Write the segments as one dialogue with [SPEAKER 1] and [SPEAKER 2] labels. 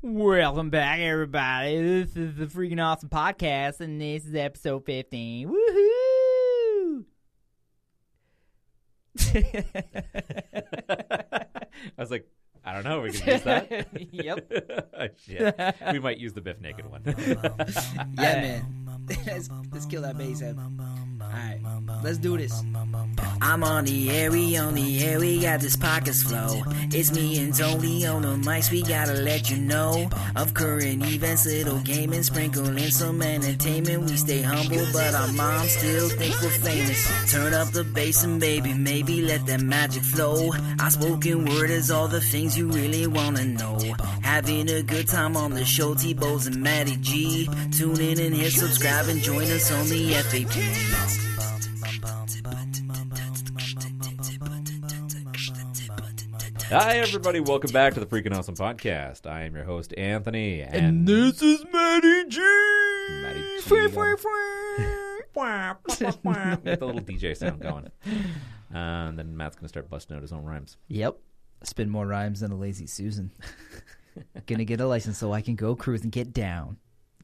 [SPEAKER 1] Welcome back, everybody. This is the freaking awesome podcast, and this is episode 15. Woohoo!
[SPEAKER 2] I was like, I don't know. We can use that.
[SPEAKER 1] yep.
[SPEAKER 2] Shit. We might use the Biff Naked one.
[SPEAKER 3] Yeah, man. let's, let's kill that bass head. Alright, let's do this.
[SPEAKER 4] I'm on the air, we on the air, we got this pockets flow. It's me and Tony on the mics, we gotta let you know of current events, little game and sprinkle in some entertainment. We stay humble, but our mom still think we're famous. Turn up the bass and baby, maybe let that magic flow. Our spoken word is all the things you really wanna know. Having a good time on the show, T Bows and Matty G. Tune in and hit subscribe and join us on the FAP.
[SPEAKER 2] Hi, everybody. Welcome back to the Freaking Awesome Podcast. I am your host, Anthony.
[SPEAKER 1] And
[SPEAKER 2] And,
[SPEAKER 1] this is Maddie G.
[SPEAKER 2] Matty G.
[SPEAKER 1] Fwee, fwee, fwee. Wah, wah, wah, wah.
[SPEAKER 2] with a little DJ sound going. Uh, and then Matt's going to start busting out his own rhymes.
[SPEAKER 1] yep. Spin more rhymes than a lazy Susan. Gonna get a license so I can go cruise and get down.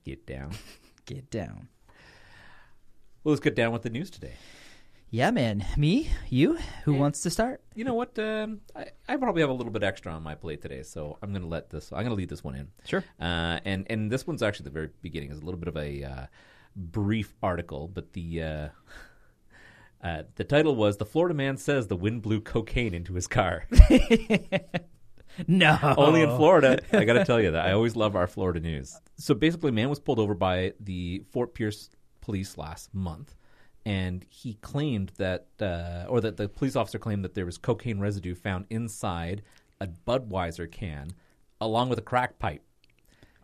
[SPEAKER 2] Get down.
[SPEAKER 1] Get down.
[SPEAKER 2] Well, let's get down with the news today.
[SPEAKER 1] Yeah, man. Me? You? Who wants to start?
[SPEAKER 2] You know what? Um, I, I probably have a little bit extra on my plate today, so I'm going to let this. I'm going to leave this one in.
[SPEAKER 1] Sure.
[SPEAKER 2] Uh, and and this one's actually the very beginning. is a little bit of a uh, brief article, but the uh, uh, the title was "The Florida Man Says the Wind Blew Cocaine into His Car."
[SPEAKER 1] No.
[SPEAKER 2] Only in Florida. I got to tell you that I always love our Florida news. So basically, a man was pulled over by the Fort Pierce police last month, and he claimed that, uh, or that the police officer claimed that there was cocaine residue found inside a Budweiser can, along with a crack pipe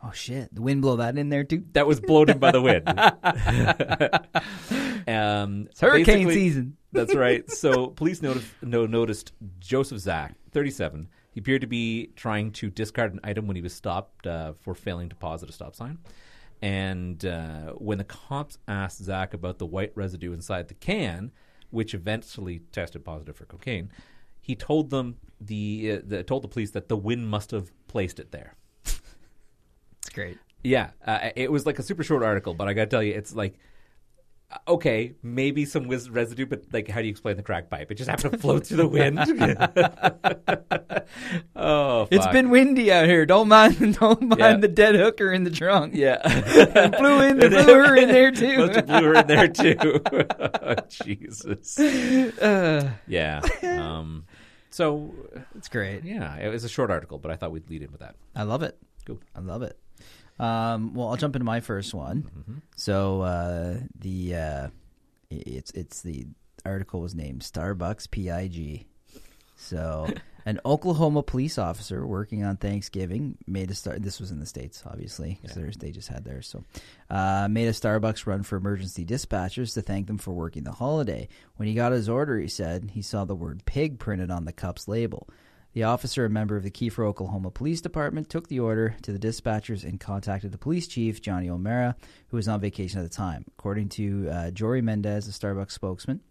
[SPEAKER 1] Oh shit! The wind blow that in there too.
[SPEAKER 2] that was blown in by the wind. um,
[SPEAKER 1] It's hurricane
[SPEAKER 2] basically-
[SPEAKER 1] season.
[SPEAKER 2] That's right. So police notif- no, noticed Joseph Zach, 37. He appeared to be trying to discard an item when he was stopped uh, for failing to pause at a stop sign. And uh, when the cops asked Zach about the white residue inside the can, which eventually tested positive for cocaine, he told them the, uh, the told the police that the wind must have placed it there.
[SPEAKER 1] It's great.
[SPEAKER 2] Yeah, uh, it was like a super short article, but I got to tell you, it's like uh, okay, maybe some whiz residue, but like, how do you explain the crack pipe? It just happened to float through the wind. oh, fuck.
[SPEAKER 1] It's been windy out here. Don't mind, don't mind
[SPEAKER 2] Yeah.
[SPEAKER 1] the dead hooker in the trunk.
[SPEAKER 2] yeah.
[SPEAKER 1] blew in, blew her in there too.
[SPEAKER 2] Must have blew her in there too. Jesus.
[SPEAKER 1] Uh.
[SPEAKER 2] yeah. Um, so
[SPEAKER 1] It's great.
[SPEAKER 2] yeah, it was a short article, but I thought we'd lead in with that.
[SPEAKER 1] I love it.
[SPEAKER 2] Cool.
[SPEAKER 1] I love it. Um, well, I'll jump into my first one. So uh, the uh, i- it's it's the uh, article was named Starbucks Pig. So an Oklahoma police officer working on Thanksgiving made a star. This was in the states, obviously, because they just had theirs. So uh, made a Starbucks run for emergency dispatchers to thank them for working the holiday. When he got his order, he said he saw the word pig printed on the cup's label. The officer, a member of the Kiefer, Oklahoma Police Department, took the order to the dispatchers and contacted the police chief, Johnny O'Mara, who was on vacation at the time. According to uh, Jory Mendez, a Starbucks spokesman,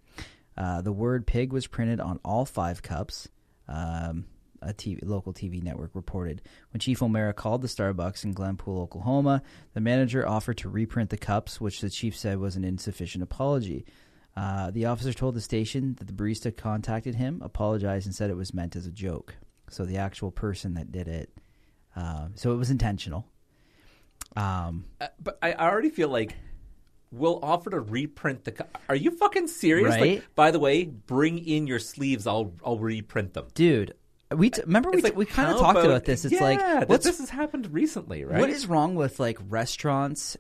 [SPEAKER 1] uh, the word pig was printed on all five cups, um, a TV, local TV network reported. When Chief O'Mara called the Starbucks in Glenpool, Oklahoma, the manager offered to reprint the cups, which the chief said was an insufficient apology. Uh, the officer told the station that the barista contacted him, apologized, and said it was meant as a joke. So the actual person that did it, um, so it was intentional. Um,
[SPEAKER 2] Uh, but I, I already feel like we'll offer to reprint the. Co- Are you fucking serious? Like,
[SPEAKER 1] Right?
[SPEAKER 2] by the way, bring in your sleeves. I'll I'll reprint them.
[SPEAKER 1] dude, we t- remember we,
[SPEAKER 2] It's
[SPEAKER 1] t- we kind of
[SPEAKER 2] how
[SPEAKER 1] talked about, this. It's
[SPEAKER 2] yeah,
[SPEAKER 1] like,
[SPEAKER 2] that-
[SPEAKER 1] what's
[SPEAKER 2] this has happened recently, right?
[SPEAKER 1] What is wrong with like restaurants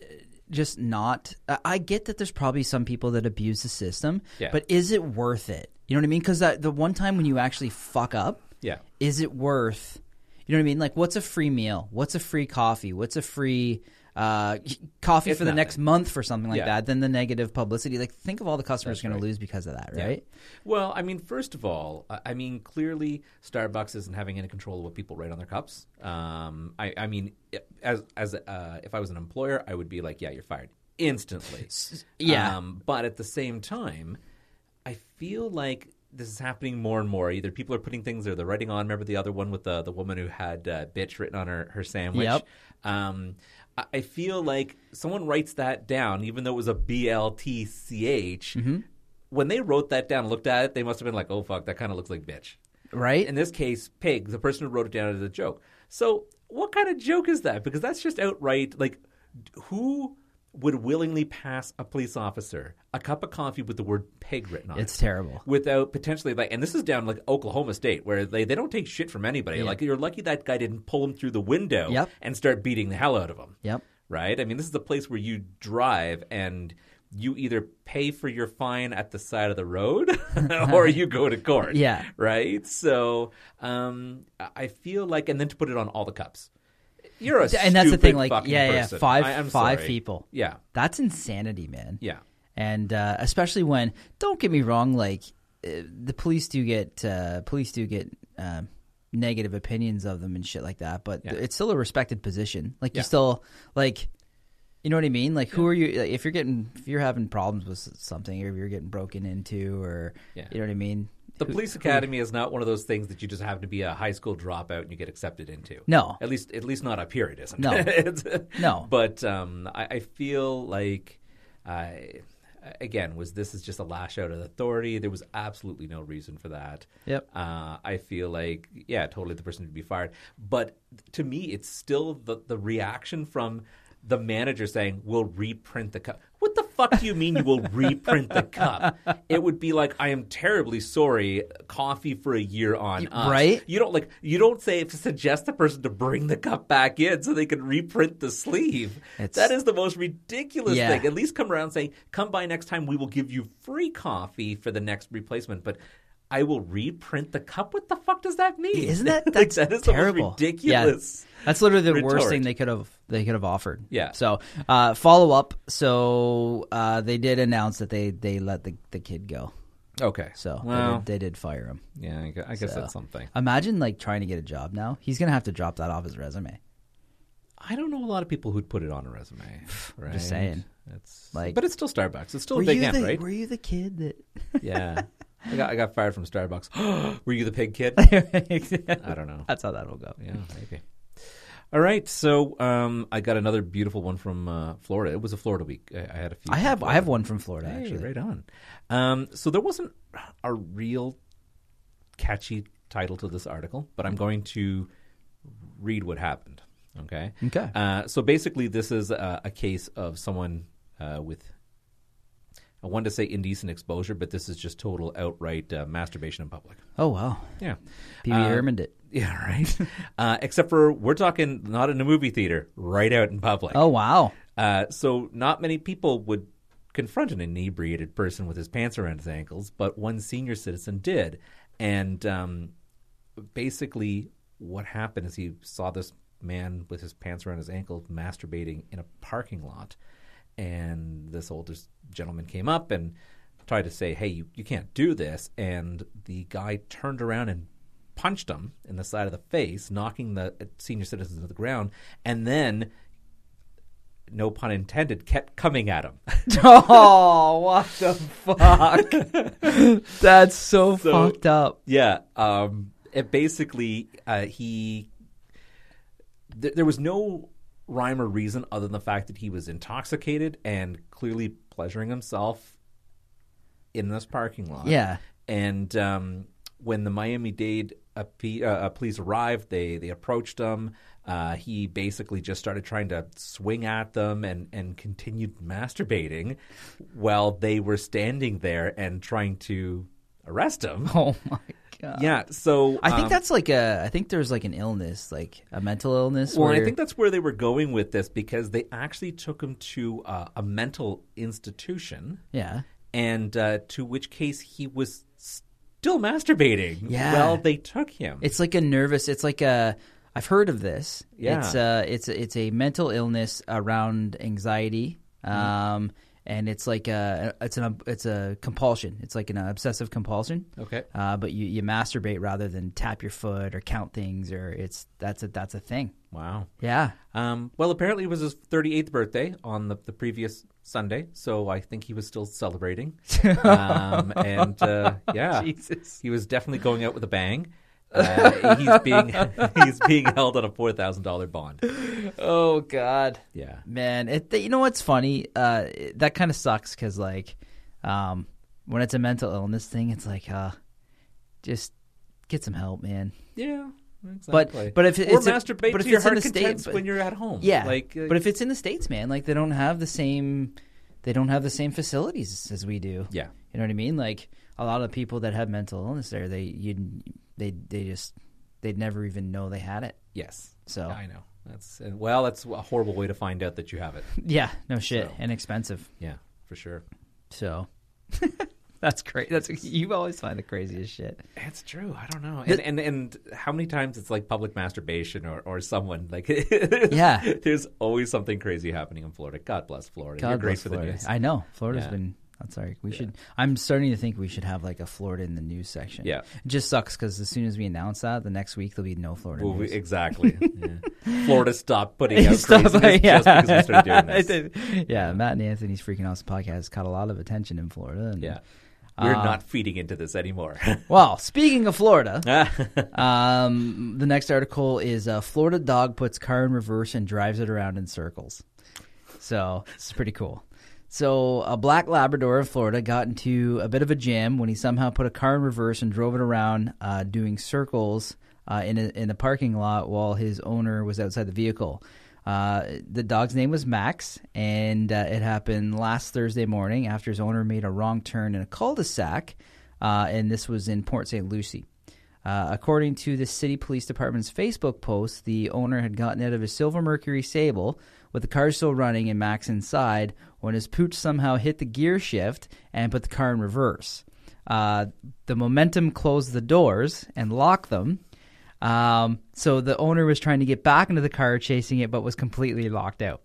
[SPEAKER 1] uh, just not I- I get that there's probably some people that abuse the system,
[SPEAKER 2] Yeah.
[SPEAKER 1] but is it worth it? You know what I mean? Cuz the one time when you actually fuck up,
[SPEAKER 2] Yeah.
[SPEAKER 1] is it worth You know what I mean? Like what's a free meal? What's a free coffee? What's a free uh, coffee
[SPEAKER 2] It's
[SPEAKER 1] for the
[SPEAKER 2] nothing.
[SPEAKER 1] next month for something like
[SPEAKER 2] Yeah.
[SPEAKER 1] that? Then the negative publicity. Like think of all the customers you're going
[SPEAKER 2] right.
[SPEAKER 1] to lose because of that, right?
[SPEAKER 2] Well, I mean, first of all, I I mean, clearly Starbucks isn't having any control of what people write on their cups. Um, I, I mean, i- as as uh, if I was an employer, I would be like, yeah, you're fired instantly.
[SPEAKER 1] yeah.
[SPEAKER 2] Um, but at the same time, I feel like this is happening more and more. Either people are putting things or they're writing on. Remember the other one with the the woman who had uh, "bitch" written on her her sandwich.
[SPEAKER 1] Yep.
[SPEAKER 2] Um, I- I feel like someone writes that down, even though it was a BLTCH. When they wrote that down, and looked at it, they must have been like, "Oh fuck, that kind of looks like bitch."
[SPEAKER 1] right?
[SPEAKER 2] In this case, pig, the person who wrote it down as a joke. So, what kind of joke is that? Because that's just outright like, d- who would willingly pass a police officer a cup of coffee with the word pig written on it?
[SPEAKER 1] it's terrible.
[SPEAKER 2] without potentially like and this is down like Oklahoma State where they, they don't take shit from anybody. Like you're lucky that guy didn't pull him through the window
[SPEAKER 1] Yep.
[SPEAKER 2] and start beating the hell out of him.
[SPEAKER 1] Yep.
[SPEAKER 2] Right? I mean, this is a place where you drive and you either pay for your fine at the side of the road or you go to court.
[SPEAKER 1] Yeah.
[SPEAKER 2] Right? So, um I- I feel like and then to put it on all the cups. You're a
[SPEAKER 1] and that's the thing,
[SPEAKER 2] stupid
[SPEAKER 1] like,
[SPEAKER 2] fucking
[SPEAKER 1] yeah, yeah,
[SPEAKER 2] person.
[SPEAKER 1] five-
[SPEAKER 2] I- I'm
[SPEAKER 1] five
[SPEAKER 2] sorry.
[SPEAKER 1] people.
[SPEAKER 2] Yeah.
[SPEAKER 1] That's insanity, man.
[SPEAKER 2] Yeah.
[SPEAKER 1] and uh, especially when don't get me wrong like uh, the police do get uh, police do get um negative opinions of them and shit like that but
[SPEAKER 2] Yeah.
[SPEAKER 1] it's still a respected position like
[SPEAKER 2] Yeah.
[SPEAKER 1] you still like you know what i mean like who are you like, if you're getting if you're having problems with something or if you're getting broken into or
[SPEAKER 2] Yeah.
[SPEAKER 1] you know what i mean
[SPEAKER 2] The police academy is not one of those things that you just have to be a high school dropout and you get accepted into.
[SPEAKER 1] No.
[SPEAKER 2] at least at least not up here it isn't.
[SPEAKER 1] No.
[SPEAKER 2] It's-
[SPEAKER 1] No.
[SPEAKER 2] but um, I, I feel like I again was this is just a lash out at authority. There was absolutely no reason for that.
[SPEAKER 1] Yep.
[SPEAKER 2] Uh, I feel like yeah, totally the person to be fired. But to me, it's still the the reaction from the manager saying we'll reprint the cup. What the fuck do you mean you will reprint the cup? It would be like I am terribly sorry. Coffee for a year on us,
[SPEAKER 1] right?
[SPEAKER 2] You don't like you don't say to suggest the person to bring the cup back in so they can reprint the sleeve.
[SPEAKER 1] It's-
[SPEAKER 2] that is the most ridiculous
[SPEAKER 1] Yeah.
[SPEAKER 2] thing. At least come around saying, "Come by next time. We will give you free coffee for the next replacement." But I will reprint the cup. What the fuck does that mean?
[SPEAKER 1] isn't that
[SPEAKER 2] Like,
[SPEAKER 1] that's
[SPEAKER 2] that is
[SPEAKER 1] terrible
[SPEAKER 2] The most ridiculous.
[SPEAKER 1] yeah, that's literally the worst
[SPEAKER 2] retort.
[SPEAKER 1] thing they could have they could have offered
[SPEAKER 2] Yeah.
[SPEAKER 1] so uh follow up so uh they did announce that they they let the, the kid go
[SPEAKER 2] Okay,
[SPEAKER 1] so they
[SPEAKER 2] well,
[SPEAKER 1] did- they, did, fire him
[SPEAKER 2] yeah, I gu- I guess
[SPEAKER 1] So-
[SPEAKER 2] that's something.
[SPEAKER 1] imagine like trying to get a job now he's gonna have to drop that off his resume
[SPEAKER 2] I don't know a lot of people who'd put it on a resume. Right?
[SPEAKER 1] just saying.
[SPEAKER 2] It's
[SPEAKER 1] Like-
[SPEAKER 2] but it's still Starbucks. It's still
[SPEAKER 1] were
[SPEAKER 2] a big
[SPEAKER 1] you
[SPEAKER 2] hand,
[SPEAKER 1] the,
[SPEAKER 2] right?
[SPEAKER 1] were you the kid
[SPEAKER 2] Yeah. I got, I got fired from Starbucks. Were you the pig kid?
[SPEAKER 1] that
[SPEAKER 2] I don't know.
[SPEAKER 1] that's how that'll go
[SPEAKER 2] Yeah, maybe. All right, so um, I got another beautiful one from uh, Florida. It was a Florida week. I, I had a few.
[SPEAKER 1] i
[SPEAKER 2] from
[SPEAKER 1] have i have
[SPEAKER 2] Florida.
[SPEAKER 1] one from florida
[SPEAKER 2] Hey,
[SPEAKER 1] actually
[SPEAKER 2] right on. Um, so there wasn't a real catchy title to this article, but I'm going to read what happened. Okay.
[SPEAKER 1] Okay.
[SPEAKER 2] Uh, so basically, this is a, a case of someone uh, with. I wanted to say indecent exposure, but this is just total outright uh, masturbation in public.
[SPEAKER 1] oh wow
[SPEAKER 2] Yeah.
[SPEAKER 1] pb
[SPEAKER 2] Uh,
[SPEAKER 1] Irmond it
[SPEAKER 2] Yeah, right. uh, except for we're talking not in a movie theater, right out in public.
[SPEAKER 1] oh wow
[SPEAKER 2] Uh, so not many people would confront an inebriated person with his pants around his ankles, but one senior citizen did. And um, basically, what happened is he saw this man with his pants around his ankles masturbating in a parking lot. And this older s- gentleman came up and tried to say, Hey, you, you can't do this. And the guy turned around and punched him in the side of the face, knocking the uh, senior citizen to the ground. And then no pun intended, kept coming at him.
[SPEAKER 1] oh what the fuck that's so,
[SPEAKER 2] So-
[SPEAKER 1] fucked up
[SPEAKER 2] yeah. Um, it basically, uh, he. Th- there was no rhyme or reason other than the fact that he was intoxicated and clearly pleasuring himself in this parking lot.
[SPEAKER 1] Yeah.
[SPEAKER 2] And um, when the Miami Dade uh, P- uh, uh, police arrived, they they approached him. Uh, he basically just started trying to swing at them and, and continued masturbating while they were standing there and trying to arrest him.
[SPEAKER 1] oh my god
[SPEAKER 2] Yeah, so
[SPEAKER 1] I think
[SPEAKER 2] um,
[SPEAKER 1] that's like a. I think there's like an illness, like a mental illness.
[SPEAKER 2] well,
[SPEAKER 1] where
[SPEAKER 2] I think that's where they were going with this because they actually took him to uh, a mental institution,
[SPEAKER 1] yeah,
[SPEAKER 2] and uh, to which case he was still masturbating
[SPEAKER 1] Yeah.
[SPEAKER 2] while they took him.
[SPEAKER 1] it's like a nervous. It's like a. I've heard of this. uh,
[SPEAKER 2] Yeah.
[SPEAKER 1] it's a. It's a, it's a mental illness around anxiety. Um, and it's like a it's an it's a compulsion. It's like an obsessive compulsion.
[SPEAKER 2] Okay.
[SPEAKER 1] Uh, but you, you masturbate rather than tap your foot or count things or it's that's a that's a thing.
[SPEAKER 2] Wow.
[SPEAKER 1] Yeah.
[SPEAKER 2] Um, well, apparently it was his 38th birthday on the, the previous Sunday, so I think he was still celebrating. um, and uh, yeah,
[SPEAKER 1] Jesus.
[SPEAKER 2] he was definitely going out with a bang. Uh, he's being he's being held on a four thousand dollar bond.
[SPEAKER 1] Oh God.
[SPEAKER 2] Yeah.
[SPEAKER 1] Man, it, you know what's funny? Uh, it- that kind of sucks because, like, um, when it's a mental illness thing, it's like, uh, just get some help, man.
[SPEAKER 2] Yeah.
[SPEAKER 1] But-
[SPEAKER 2] exactly.
[SPEAKER 1] but if
[SPEAKER 2] or
[SPEAKER 1] it's a-
[SPEAKER 2] masturbate
[SPEAKER 1] but if
[SPEAKER 2] to your
[SPEAKER 1] it's in
[SPEAKER 2] heart
[SPEAKER 1] the state-
[SPEAKER 2] contents
[SPEAKER 1] but-
[SPEAKER 2] when you're at home.
[SPEAKER 1] Yeah,
[SPEAKER 2] Like, uh,
[SPEAKER 1] but if it's in the states, man, like they don't have the same, they don't have the same facilities as we do.
[SPEAKER 2] yeah.
[SPEAKER 1] you know what I mean. Like a lot of people that have mental illness there, they you they they just they'd never even know they had it.
[SPEAKER 2] Yes.
[SPEAKER 1] So
[SPEAKER 2] I know. That's uh, well. That's a horrible way to find out that you have it.
[SPEAKER 1] yeah, no shit,
[SPEAKER 2] So.
[SPEAKER 1] and expensive.
[SPEAKER 2] Yeah, for sure.
[SPEAKER 1] So that's great. That's you always find the craziest shit.
[SPEAKER 2] That's true. I don't know. And and, and how many times it's like public masturbation or, or someone like
[SPEAKER 1] Yeah.
[SPEAKER 2] There's always something crazy happening in Florida. God bless Florida. You're
[SPEAKER 1] God
[SPEAKER 2] great
[SPEAKER 1] bless
[SPEAKER 2] for
[SPEAKER 1] Florida.
[SPEAKER 2] the news.
[SPEAKER 1] I know Florida's
[SPEAKER 2] Yeah.
[SPEAKER 1] been. I'm sorry. We should. I'm starting to think we should have like a Florida in the news section.
[SPEAKER 2] Yeah.
[SPEAKER 1] It just sucks because as soon as we announce that, the next week there'll be no Florida
[SPEAKER 2] Well, we-
[SPEAKER 1] news.
[SPEAKER 2] exactly. Yeah. Florida stopped putting out
[SPEAKER 1] Stuff
[SPEAKER 2] craziness
[SPEAKER 1] like-
[SPEAKER 2] just because we started doing
[SPEAKER 1] I
[SPEAKER 2] this.
[SPEAKER 1] did. yeah, Matt and Anthony's freaking awesome podcast caught a lot of attention in Florida. And,
[SPEAKER 2] Yeah. We're
[SPEAKER 1] Uh,
[SPEAKER 2] not feeding into this anymore.
[SPEAKER 1] Well, speaking of Florida, um, the next article is uh, Florida dog puts car in reverse and drives it around in circles. So it's pretty cool. So a black Labrador in Florida got into a bit of a jam when he somehow put a car in reverse and drove it around, uh, doing circles uh, in a, in the parking lot while his owner was outside the vehicle. Uh, the dog's name was Max, and uh, it happened last Thursday morning after his owner made a wrong turn in a cul-de-sac, uh, and this was in Port St. Lucie. Uh, according to the city police department's Facebook post, the owner had gotten out of his silver Mercury Sable with the car still running and Max inside when his pooch somehow hit the gear shift and put the car in reverse. Uh, the momentum closed the doors and locked them. Um, so the owner was trying to get back into the car, chasing it, but was completely locked out.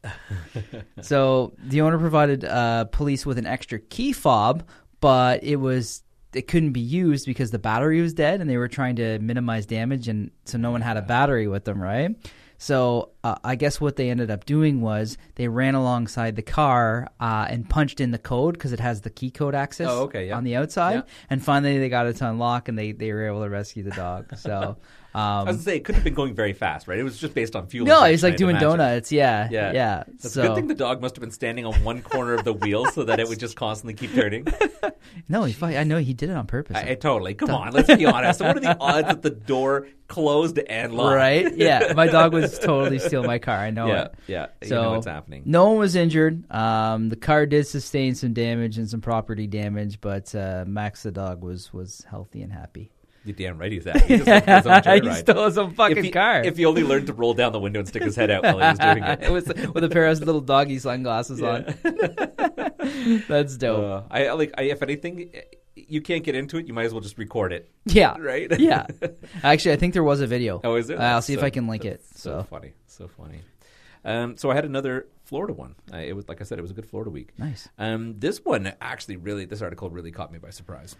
[SPEAKER 1] So the owner provided uh, police with an extra key fob, but it was it couldn't be used because the battery was dead, and they were trying to minimize damage, and so no one had a battery with them, right? So uh, I guess what they ended up doing was they ran alongside the car uh, and punched in the code because it has the key code access
[SPEAKER 2] Oh, okay, yeah.
[SPEAKER 1] on the outside,
[SPEAKER 2] Yeah.
[SPEAKER 1] and finally they got it to unlock, and they they were able to rescue the dog. So.
[SPEAKER 2] I was
[SPEAKER 1] Um,
[SPEAKER 2] gonna say it could have been going very fast, right? It was just based on fuel.
[SPEAKER 1] no, it was
[SPEAKER 2] injection,
[SPEAKER 1] like
[SPEAKER 2] I'd
[SPEAKER 1] doing
[SPEAKER 2] imagine.
[SPEAKER 1] donuts. Yeah,
[SPEAKER 2] Yeah,
[SPEAKER 1] yeah.
[SPEAKER 2] That's
[SPEAKER 1] so
[SPEAKER 2] a good thing the dog must have been standing on one corner of the wheel so that it would just constantly keep turning.
[SPEAKER 1] no, he, I know he did it on purpose.
[SPEAKER 2] I, I totally. Come on, let's be honest. What are the odds that the door closed and locked?
[SPEAKER 1] Right? Yeah. My dog was totally stealing my car. I know
[SPEAKER 2] Yeah,
[SPEAKER 1] it.
[SPEAKER 2] yeah. You
[SPEAKER 1] So
[SPEAKER 2] know what's happening.
[SPEAKER 1] No one was injured. Um, the car did sustain some damage and some property damage, but uh, Max the dog was was healthy and happy.
[SPEAKER 2] You damn right he's that. He just like his own
[SPEAKER 1] he
[SPEAKER 2] joyride.
[SPEAKER 1] stole his own fucking
[SPEAKER 2] if he,
[SPEAKER 1] car.
[SPEAKER 2] If he only learned to roll down the window and stick his head out while he was doing it.
[SPEAKER 1] it was with a pair of little doggy sunglasses on. That's dope.
[SPEAKER 2] Uh, I I like. I, if anything, you can't get into it. You might as well just record it.
[SPEAKER 1] yeah.
[SPEAKER 2] right?
[SPEAKER 1] yeah. Actually, I think there was a video.
[SPEAKER 2] Oh, is it?
[SPEAKER 1] Uh, I'll see if
[SPEAKER 2] So-
[SPEAKER 1] I can link it.
[SPEAKER 2] that's
[SPEAKER 1] So,
[SPEAKER 2] funny, so funny. Um, so I had another Florida one. Uh, it was like I said, it was a good Florida week.
[SPEAKER 1] Nice.
[SPEAKER 2] Um, this one actually really, this article really caught me by surprise.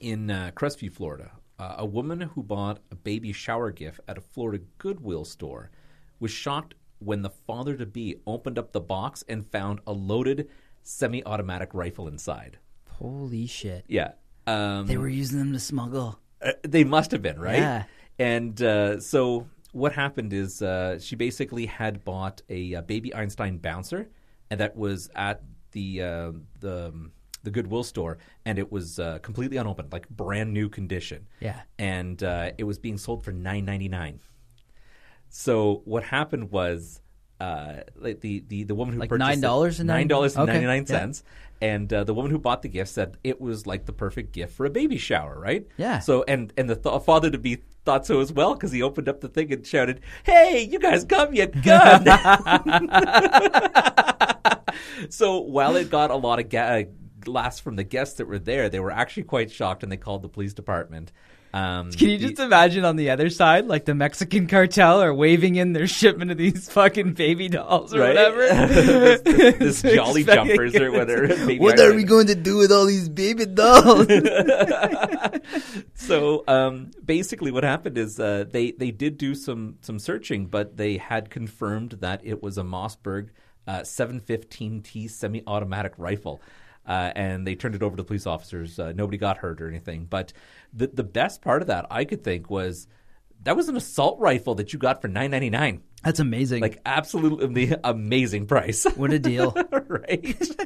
[SPEAKER 2] In uh, Crestview, Florida, uh, a woman who bought a baby shower gift at a Florida Goodwill store was shocked when the father to be opened up the box and found a loaded semi-automatic rifle inside.
[SPEAKER 1] holy shit.
[SPEAKER 2] Yeah. Um,
[SPEAKER 1] They were using them to smuggle.
[SPEAKER 2] uh, they must have been right
[SPEAKER 1] Yeah.
[SPEAKER 2] and uh, so what happened is uh, she basically had bought a, uh baby einstein bouncer and that was at the uh, the um, the goodwill store and it was uh, completely unopened like brand new condition
[SPEAKER 1] Yeah.
[SPEAKER 2] and uh, it was being sold for 9.99 so what happened was uh, like the, the, the woman who
[SPEAKER 1] Like
[SPEAKER 2] purchased
[SPEAKER 1] $9
[SPEAKER 2] it,
[SPEAKER 1] and
[SPEAKER 2] nine
[SPEAKER 1] nine-
[SPEAKER 2] dollars
[SPEAKER 1] Okay,
[SPEAKER 2] ninety nine
[SPEAKER 1] yeah.
[SPEAKER 2] cents, and uh, the woman who bought the gift said it was like the perfect gift for a baby shower, right?
[SPEAKER 1] Yeah.
[SPEAKER 2] So and and the th- father to be thought so as well because he opened up the thing and shouted, "Hey, you guys come, you gun!" so while it got a uh, lot of ga- laughs from the guests that were there, they were actually quite shocked and they called the police department. Um,
[SPEAKER 1] Can you
[SPEAKER 2] the-
[SPEAKER 1] just imagine on the other side, like the Mexican cartel are waving in their shipment of these fucking baby dolls or
[SPEAKER 2] Right?
[SPEAKER 1] whatever?
[SPEAKER 2] This- this
[SPEAKER 1] They're
[SPEAKER 2] jolly
[SPEAKER 1] expecting-
[SPEAKER 2] jumpers or whatever. baby
[SPEAKER 1] What
[SPEAKER 2] iron-
[SPEAKER 1] are we going to do with all these baby dolls?
[SPEAKER 2] so um, basically, what happened is uh, they they did do some some searching, but they had confirmed that it was a Mossberg uh, 715T semi-automatic rifle. Uh, and they turned it over to police officers. Uh, nobody got hurt or anything. But the the best part of that, I could think, was that was an assault rifle that you got for nine ninety nine,
[SPEAKER 1] That's amazing.
[SPEAKER 2] like absolutely amazing price,
[SPEAKER 1] what a deal.
[SPEAKER 2] right?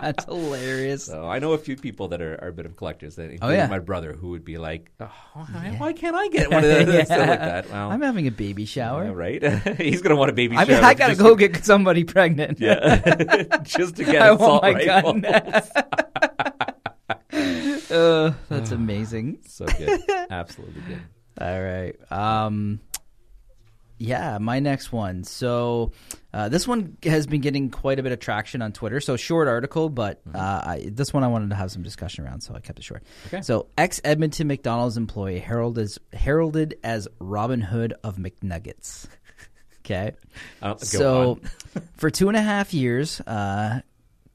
[SPEAKER 1] That's hilarious.
[SPEAKER 2] So I know a few people that are, are a bit of collectors, including
[SPEAKER 1] Oh, yeah.
[SPEAKER 2] my brother, who would be like, oh, why, why can't I get one of those? Stuff like that. Well,
[SPEAKER 1] I'm having a baby shower.
[SPEAKER 2] yeah, right? He's going to want a baby
[SPEAKER 1] I mean,
[SPEAKER 2] shower
[SPEAKER 1] I gotta
[SPEAKER 2] just
[SPEAKER 1] go
[SPEAKER 2] to-
[SPEAKER 1] get somebody pregnant.
[SPEAKER 2] yeah, just to get
[SPEAKER 1] I
[SPEAKER 2] an
[SPEAKER 1] want
[SPEAKER 2] assault
[SPEAKER 1] my
[SPEAKER 2] rifle.
[SPEAKER 1] gun. uh, that's amazing.
[SPEAKER 2] so good. Absolutely good.
[SPEAKER 1] All right. Um, yeah, my next one. So uh, this one has been getting quite a bit of traction on Twitter. So short article, but
[SPEAKER 2] Mm-hmm.
[SPEAKER 1] uh, I, this one I wanted to have some discussion around, so I kept it short.
[SPEAKER 2] Okay.
[SPEAKER 1] So ex Edmonton McDonald's employee heralded as, heralded as Robin Hood of McNuggets. Okay.
[SPEAKER 2] Uh, go
[SPEAKER 1] so
[SPEAKER 2] on.
[SPEAKER 1] for two and a half years, uh,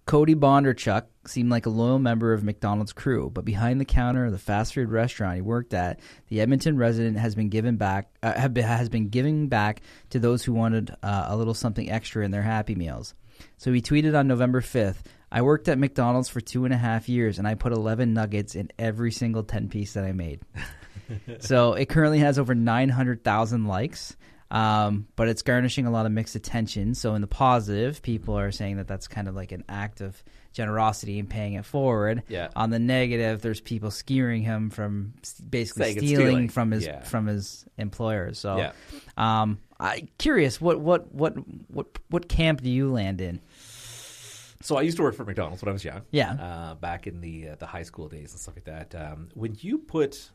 [SPEAKER 1] Cody Bonderchuk seemed like a loyal member of McDonald's crew, but behind the counter of the fast food restaurant he worked at, the Edmonton resident has been given back uh, have been, has been giving back to those who wanted uh, a little something extra in their Happy Meals. So he tweeted on November fifth. I worked at McDonald's for two and a half years, and I put 11 nuggets in every single 10 piece that I made so it currently has over 900,000 likes, um, but it's garnishing a lot of mixed attention. So in the positive, people are saying that that's kind of like an act of generosity and paying it forward.
[SPEAKER 2] Yeah.
[SPEAKER 1] On the negative, there's people skewering him from s- basically
[SPEAKER 2] Saying it's
[SPEAKER 1] stealing,
[SPEAKER 2] stealing.
[SPEAKER 1] from his
[SPEAKER 2] Yeah.
[SPEAKER 1] from his employer. So,
[SPEAKER 2] Yeah.
[SPEAKER 1] um, I curious what what what what what camp do you land in?
[SPEAKER 2] So I used to work for McDonald's when I was young.
[SPEAKER 1] Yeah.
[SPEAKER 2] Uh, back in the uh, the high school days and stuff like that. Um, when you put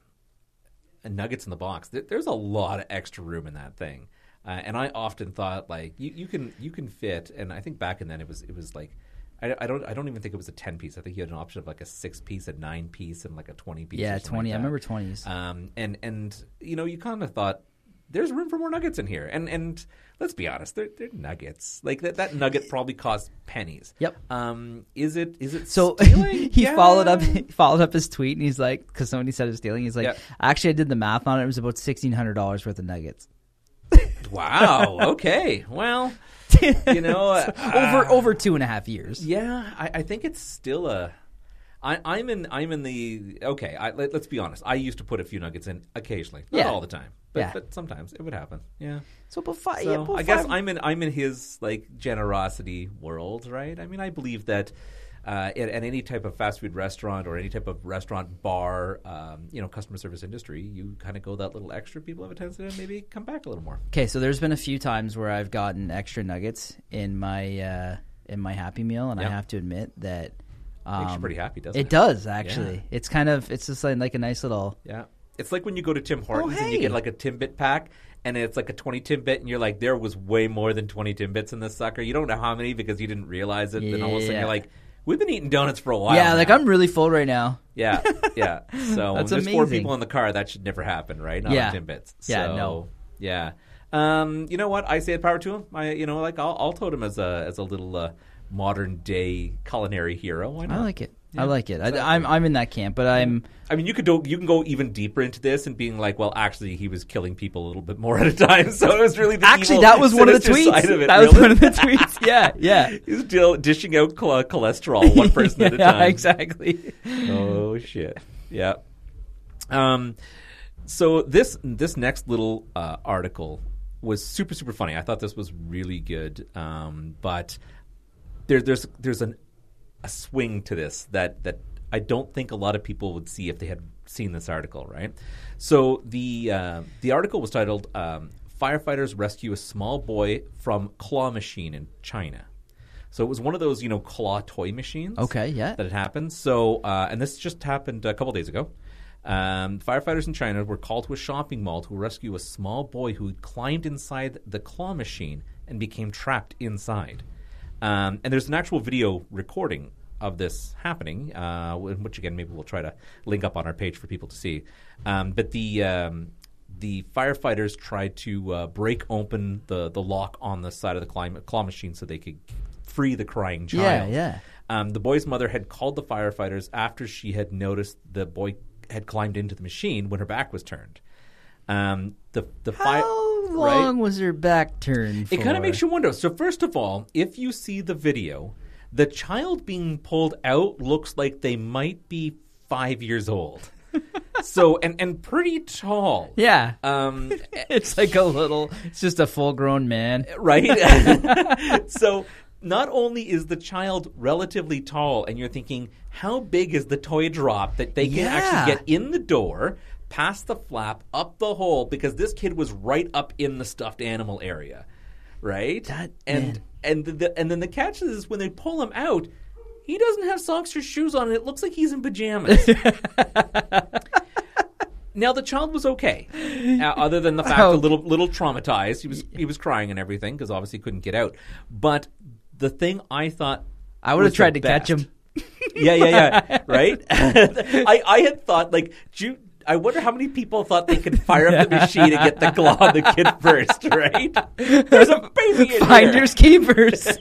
[SPEAKER 2] uh, nuggets in the box, th- there's a lot of extra room in that thing. Uh, and I often thought like you, you can you can fit. And I think back in then it was it was like. I I don't. I don't even think it was a ten piece. I think you had an option of like a six piece, a nine piece, and like a twenty piece.
[SPEAKER 1] Yeah,
[SPEAKER 2] or something
[SPEAKER 1] 20.
[SPEAKER 2] like
[SPEAKER 1] I
[SPEAKER 2] that.
[SPEAKER 1] remember 20s.
[SPEAKER 2] Um, and and you know, you kind of thought there's room for more nuggets in here. And and let's be honest, they're, they're nuggets. Like that, that nugget probably cost pennies.
[SPEAKER 1] Yep.
[SPEAKER 2] Um, is it is it
[SPEAKER 1] So
[SPEAKER 2] stealing?
[SPEAKER 1] he
[SPEAKER 2] Yeah.
[SPEAKER 1] followed up he followed up his tweet and he's like, because somebody said it was stealing. He's like,
[SPEAKER 2] Yeah.
[SPEAKER 1] actually, I did the math on it. It was about sixteen hundred dollars worth of nuggets
[SPEAKER 2] Wow. Okay. Well, you know, uh,
[SPEAKER 1] over over two and a half years.
[SPEAKER 2] Yeah, I, I think it's still a. I, I'm in. I'm in the. Okay, I, let, us be honest. I used to put a few nuggets in occasionally, not
[SPEAKER 1] Yeah.
[SPEAKER 2] all the time, but,
[SPEAKER 1] Yeah.
[SPEAKER 2] but sometimes it would happen. Yeah.
[SPEAKER 1] So, but five,
[SPEAKER 2] So
[SPEAKER 1] yeah, but
[SPEAKER 2] I guess
[SPEAKER 1] Uh, five-
[SPEAKER 2] I'm in. I'm in his like generosity world, right? I mean, I believe that. Uh, at, at any type of fast food restaurant or any type of restaurant bar, um, you know, customer service industry, you kind of go that little extra. People have a tendency to maybe come back a little more.
[SPEAKER 1] okay. So there's been a few times where I've gotten extra nuggets in my uh, in my Happy Meal, and
[SPEAKER 2] Yeah.
[SPEAKER 1] I have to admit that
[SPEAKER 2] Makes you
[SPEAKER 1] um,
[SPEAKER 2] pretty happy, doesn't it?
[SPEAKER 1] it does actually. It's kind of it's just like, like a nice little
[SPEAKER 2] Yeah. It's like when you go to Tim Hortons and you
[SPEAKER 1] Oh, hey.
[SPEAKER 2] get like a Timbit pack and it's like a 20 Timbit and you're like, there was way more than 20 Timbits in this sucker. You don't know how many because you didn't realize it. Then all of a sudden
[SPEAKER 1] Yeah.
[SPEAKER 2] you're like, we've been eating donuts for a while.
[SPEAKER 1] yeah. Like
[SPEAKER 2] now."
[SPEAKER 1] I'm really full right now.
[SPEAKER 2] Yeah, yeah. So when
[SPEAKER 1] That's
[SPEAKER 2] there's four
[SPEAKER 1] amazing.
[SPEAKER 2] people in the car, that should never happen, right? Not
[SPEAKER 1] Yeah.
[SPEAKER 2] on Timbits.
[SPEAKER 1] Yeah,
[SPEAKER 2] So,
[SPEAKER 1] no.
[SPEAKER 2] Yeah. Um, you know what? I say power to him. I, you know, like I'll, I'll tote him as a as a little uh, modern day culinary hero. Why not?
[SPEAKER 1] I like it. I like it. I, I'm I'm in that camp, but I'm
[SPEAKER 2] I mean, you could do, you can go even deeper into this and being like, well, actually, he was killing people a little bit more at a time. So it was really the
[SPEAKER 1] actually
[SPEAKER 2] evil,
[SPEAKER 1] that was one of the
[SPEAKER 2] sinister
[SPEAKER 1] tweets.
[SPEAKER 2] side Of it,
[SPEAKER 1] that was
[SPEAKER 2] really.
[SPEAKER 1] one of the tweets. Yeah, yeah.
[SPEAKER 2] He's still dishing out cl- cholesterol one person at a
[SPEAKER 1] Yeah,
[SPEAKER 2] time.
[SPEAKER 1] Exactly.
[SPEAKER 2] Oh shit. Yeah. Um. So this this next little uh, article was super super funny. I thought this was really good. Um. But there there's there's an a swing to this that that I don't think a lot of people would see if they had seen this article, right? So the uh, the article was titled um, "Firefighters Rescue a Small Boy from Claw Machine in China." So it was one of those you know claw toy machines.
[SPEAKER 1] Okay, yeah.
[SPEAKER 2] That had happened. So uh, and this just happened a couple days ago. Um, firefighters in China were called to a shopping mall to rescue a small boy who had climbed inside the claw machine and became trapped inside. Um, and there's an actual video recording of this happening, uh, w- which again maybe we'll try to link up on our page for people to see. Um, but the um, the firefighters tried to uh, break open the, the lock on the side of the claw, claw machine so they could free the crying
[SPEAKER 1] Yeah,
[SPEAKER 2] child.
[SPEAKER 1] yeah.
[SPEAKER 2] Um, the boy's mother had called the firefighters after she had noticed the boy had climbed into the machine when her back was turned. Um, the the fire.
[SPEAKER 1] How long was her back turned?
[SPEAKER 2] It kind
[SPEAKER 1] for?
[SPEAKER 2] of makes you wonder. So, first of all, if you see the video, the child being pulled out looks like they might be five years old. so, and and pretty tall.
[SPEAKER 1] Yeah,
[SPEAKER 2] Um,
[SPEAKER 1] it's like a little. It's just a
[SPEAKER 2] Uh,
[SPEAKER 1] full-grown man.
[SPEAKER 2] right? so not only is the child relatively tall, and you're thinking, how big is the toy drop that they can actually
[SPEAKER 1] Yeah.
[SPEAKER 2] get in the door, past the flap, up the hole, because this kid was right up in the stuffed animal area, right?
[SPEAKER 1] That-
[SPEAKER 2] and
[SPEAKER 1] man.
[SPEAKER 2] and the, the, and then the catch is when they pull him out. He doesn't have socks or shoes on, and it looks like he's in pajamas. now the child was okay, uh, other than the fact a
[SPEAKER 1] Oh.
[SPEAKER 2] little little traumatized. He was he was crying and everything because obviously he couldn't get out. But the thing I thought
[SPEAKER 1] I would
[SPEAKER 2] was
[SPEAKER 1] have
[SPEAKER 2] the
[SPEAKER 1] tried to catch
[SPEAKER 2] best-
[SPEAKER 1] him.
[SPEAKER 2] yeah, yeah, yeah. Right? I, I had thought, like, Ju- I wonder how many people thought they could fire up the machine and get the claw on the kid first, right? There's a baby in here
[SPEAKER 1] Finders keepers.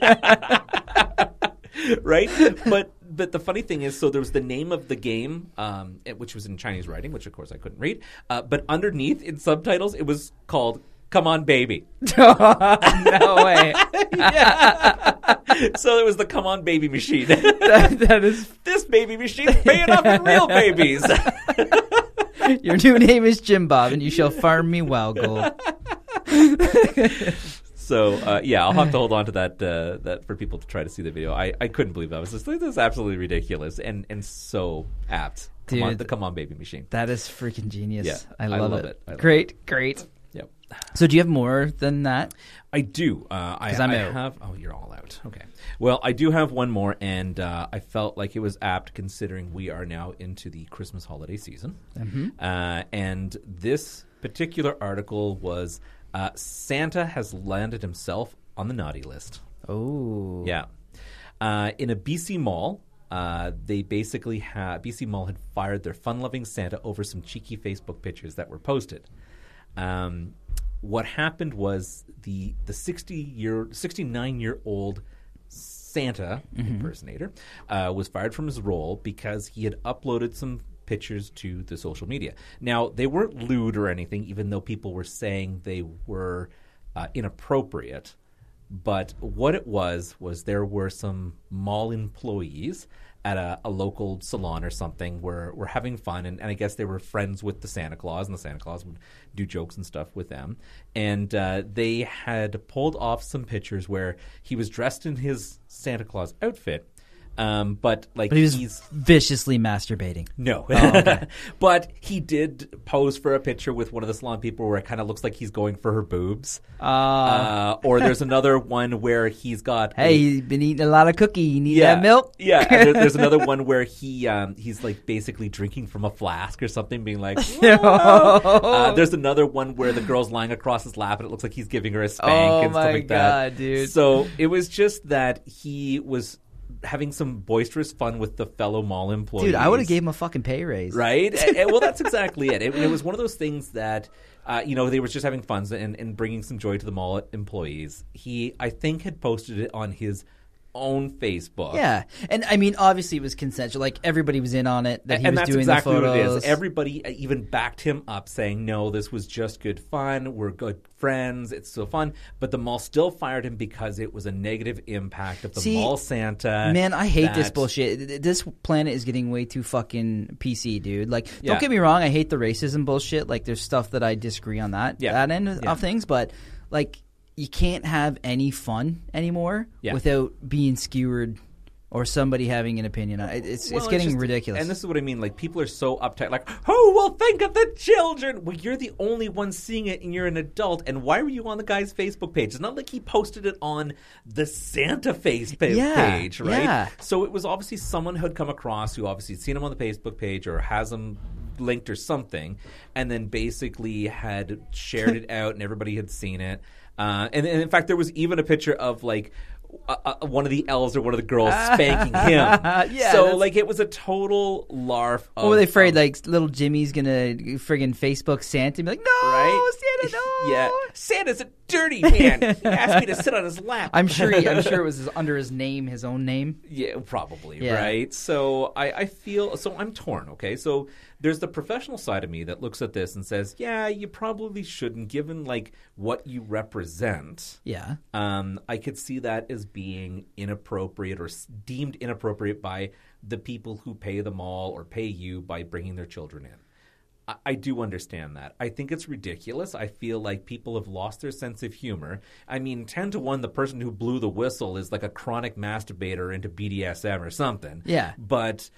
[SPEAKER 2] right? But but the funny thing is, so there was the name of the game, um, it- which was in Chinese writing, which of course I couldn't read. Uh, but underneath in subtitles, it was called "Come On, Baby."
[SPEAKER 1] no way.
[SPEAKER 2] so it was the "Come On, Baby" machine.
[SPEAKER 1] That- that is
[SPEAKER 2] this baby machine's paying off in real babies.
[SPEAKER 1] your new name is Jim Bob, and you shall farm me well, gold.
[SPEAKER 2] so uh, yeah, I'll have to hold on to that uh, that for people to try to see the video. I, I couldn't believe that. I was just like, this is absolutely ridiculous and and so apt. Come on,
[SPEAKER 1] Dude.
[SPEAKER 2] the "Come On, Baby" machine.
[SPEAKER 1] That is freaking genius.
[SPEAKER 2] Yeah,
[SPEAKER 1] I, love it.
[SPEAKER 2] I love
[SPEAKER 1] great, great.
[SPEAKER 2] Yep.
[SPEAKER 1] So, do you have more than that?
[SPEAKER 2] I do. Uh, I,
[SPEAKER 1] 'Cause I'm
[SPEAKER 2] I
[SPEAKER 1] out.
[SPEAKER 2] have. Oh, you're all out. Okay. Well, I do have one more, and uh, I felt like it was apt considering we are now into the Christmas holiday season.
[SPEAKER 1] Mm-hmm.
[SPEAKER 2] Uh, and this particular article was uh, Santa has landed himself on the naughty list.
[SPEAKER 1] Oh,
[SPEAKER 2] Yeah. Uh, in a BC mall, uh, they basically had BC Mall had fired their fun-loving Santa over some cheeky Facebook pictures that were posted. Um, what happened was the the sixty year sixty nine year old Santa impersonator uh, was fired from his role because he had uploaded some pictures to the social media. Now they weren't lewd or anything, even though people were saying they were uh, inappropriate. But what it was was there were some mall employees at a, a local salon or something were were having fun, and, and I guess they were friends with the Santa Claus, and the Santa Claus would do jokes and stuff with them. And uh, they had pulled off some pictures where he was dressed in his Santa Claus outfit, um, but like
[SPEAKER 1] but he was
[SPEAKER 2] he's
[SPEAKER 1] viciously masturbating.
[SPEAKER 2] no,
[SPEAKER 1] Oh,
[SPEAKER 2] but he did pose for a picture with one of the salon people where it kind of looks like he's going for her boobs.
[SPEAKER 1] Uh,
[SPEAKER 2] Uh, or there's another one where he's got a-
[SPEAKER 1] hey, he's been eating a lot of cookie. You need that milk?
[SPEAKER 2] yeah. and there- there's another one where he um, he's like basically drinking from a flask or something, being like. "Whoa." Uh, there's another one where the girl's lying across his lap, and it looks like he's giving her a spank
[SPEAKER 1] Oh
[SPEAKER 2] and stuff
[SPEAKER 1] my
[SPEAKER 2] like that.
[SPEAKER 1] God, dude.
[SPEAKER 2] So it was just that he was having some boisterous fun with the fellow mall employees.
[SPEAKER 1] Dude, I would have gave him a fucking pay raise.
[SPEAKER 2] Right? And- and- well, that's exactly it. it. It was one of those things that, uh, you know, they were just having fun and, and bringing some joy to the mall employees. He, I think, had posted it on his own Facebook.
[SPEAKER 1] Yeah, and I mean, obviously, it was consensual. Like everybody was in on it that he
[SPEAKER 2] and
[SPEAKER 1] was
[SPEAKER 2] that's
[SPEAKER 1] doing
[SPEAKER 2] exactly
[SPEAKER 1] the photos.
[SPEAKER 2] what it is. Everybody uh, even backed him up, saying, "No, this was just good fun. We're good friends. It's so fun." But the mall still fired him because it was a negative impact of the
[SPEAKER 1] See,
[SPEAKER 2] mall Santa.
[SPEAKER 1] Man, I hate this
[SPEAKER 2] that-
[SPEAKER 1] bullshit. Th- th- This planet is getting way too fucking PC, dude. Like,
[SPEAKER 2] Yeah.
[SPEAKER 1] don't get me wrong, I hate the racism bullshit. Like, there's stuff that I disagree on that
[SPEAKER 2] Yeah.
[SPEAKER 1] that end of-
[SPEAKER 2] Yeah.
[SPEAKER 1] of things, but like, you can't have any fun anymore
[SPEAKER 2] Yeah.
[SPEAKER 1] without being skewered or somebody having an opinion. on it. It's
[SPEAKER 2] Well,
[SPEAKER 1] it's getting
[SPEAKER 2] just-
[SPEAKER 1] ridiculous.
[SPEAKER 2] And this is what I mean. Like people are so uptight. Like, who will think of the children? Well, you're the only one seeing it, and you're an adult. And why were you on the guy's Facebook page? It's not like he posted it on the Santa face pa-
[SPEAKER 1] Yeah,
[SPEAKER 2] page, right?
[SPEAKER 1] yeah.
[SPEAKER 2] So it was obviously someone who'd come across who obviously had seen him on the Facebook page or has him linked or something, and then basically had shared it out, and everybody had seen it. Uh, and, and in fact, there was even a picture of like uh, uh, one of the L's or one of the girls spanking him.
[SPEAKER 1] Yeah,
[SPEAKER 2] so
[SPEAKER 1] that's-
[SPEAKER 2] like it was a total larf.
[SPEAKER 1] What were
[SPEAKER 2] of-
[SPEAKER 1] they afraid?
[SPEAKER 2] of-
[SPEAKER 1] Like little Jimmy's gonna friggin' Facebook Santa and be like, no,
[SPEAKER 2] right?
[SPEAKER 1] Oh, Santa, no.
[SPEAKER 2] yeah, Santa's a dirty man. he asked me to sit on his lap.
[SPEAKER 1] I'm sure. He, I'm sure it was his, under his name, his own name.
[SPEAKER 2] Yeah, probably,
[SPEAKER 1] Yeah.
[SPEAKER 2] right? So I, I feel so I'm torn, okay? So there's the professional side of me that looks at this and says, Yeah, you probably shouldn't, given like what you represent.
[SPEAKER 1] Yeah.
[SPEAKER 2] Um, I could see that as being inappropriate or s- deemed inappropriate by the people who pay them all or pay you by bringing their children in. I, I do understand that. I think it's ridiculous. I feel like people have lost their sense of humor. I mean, 10 to 1, the person who blew the whistle is like a chronic masturbator into BDSM or something.
[SPEAKER 1] Yeah.
[SPEAKER 2] But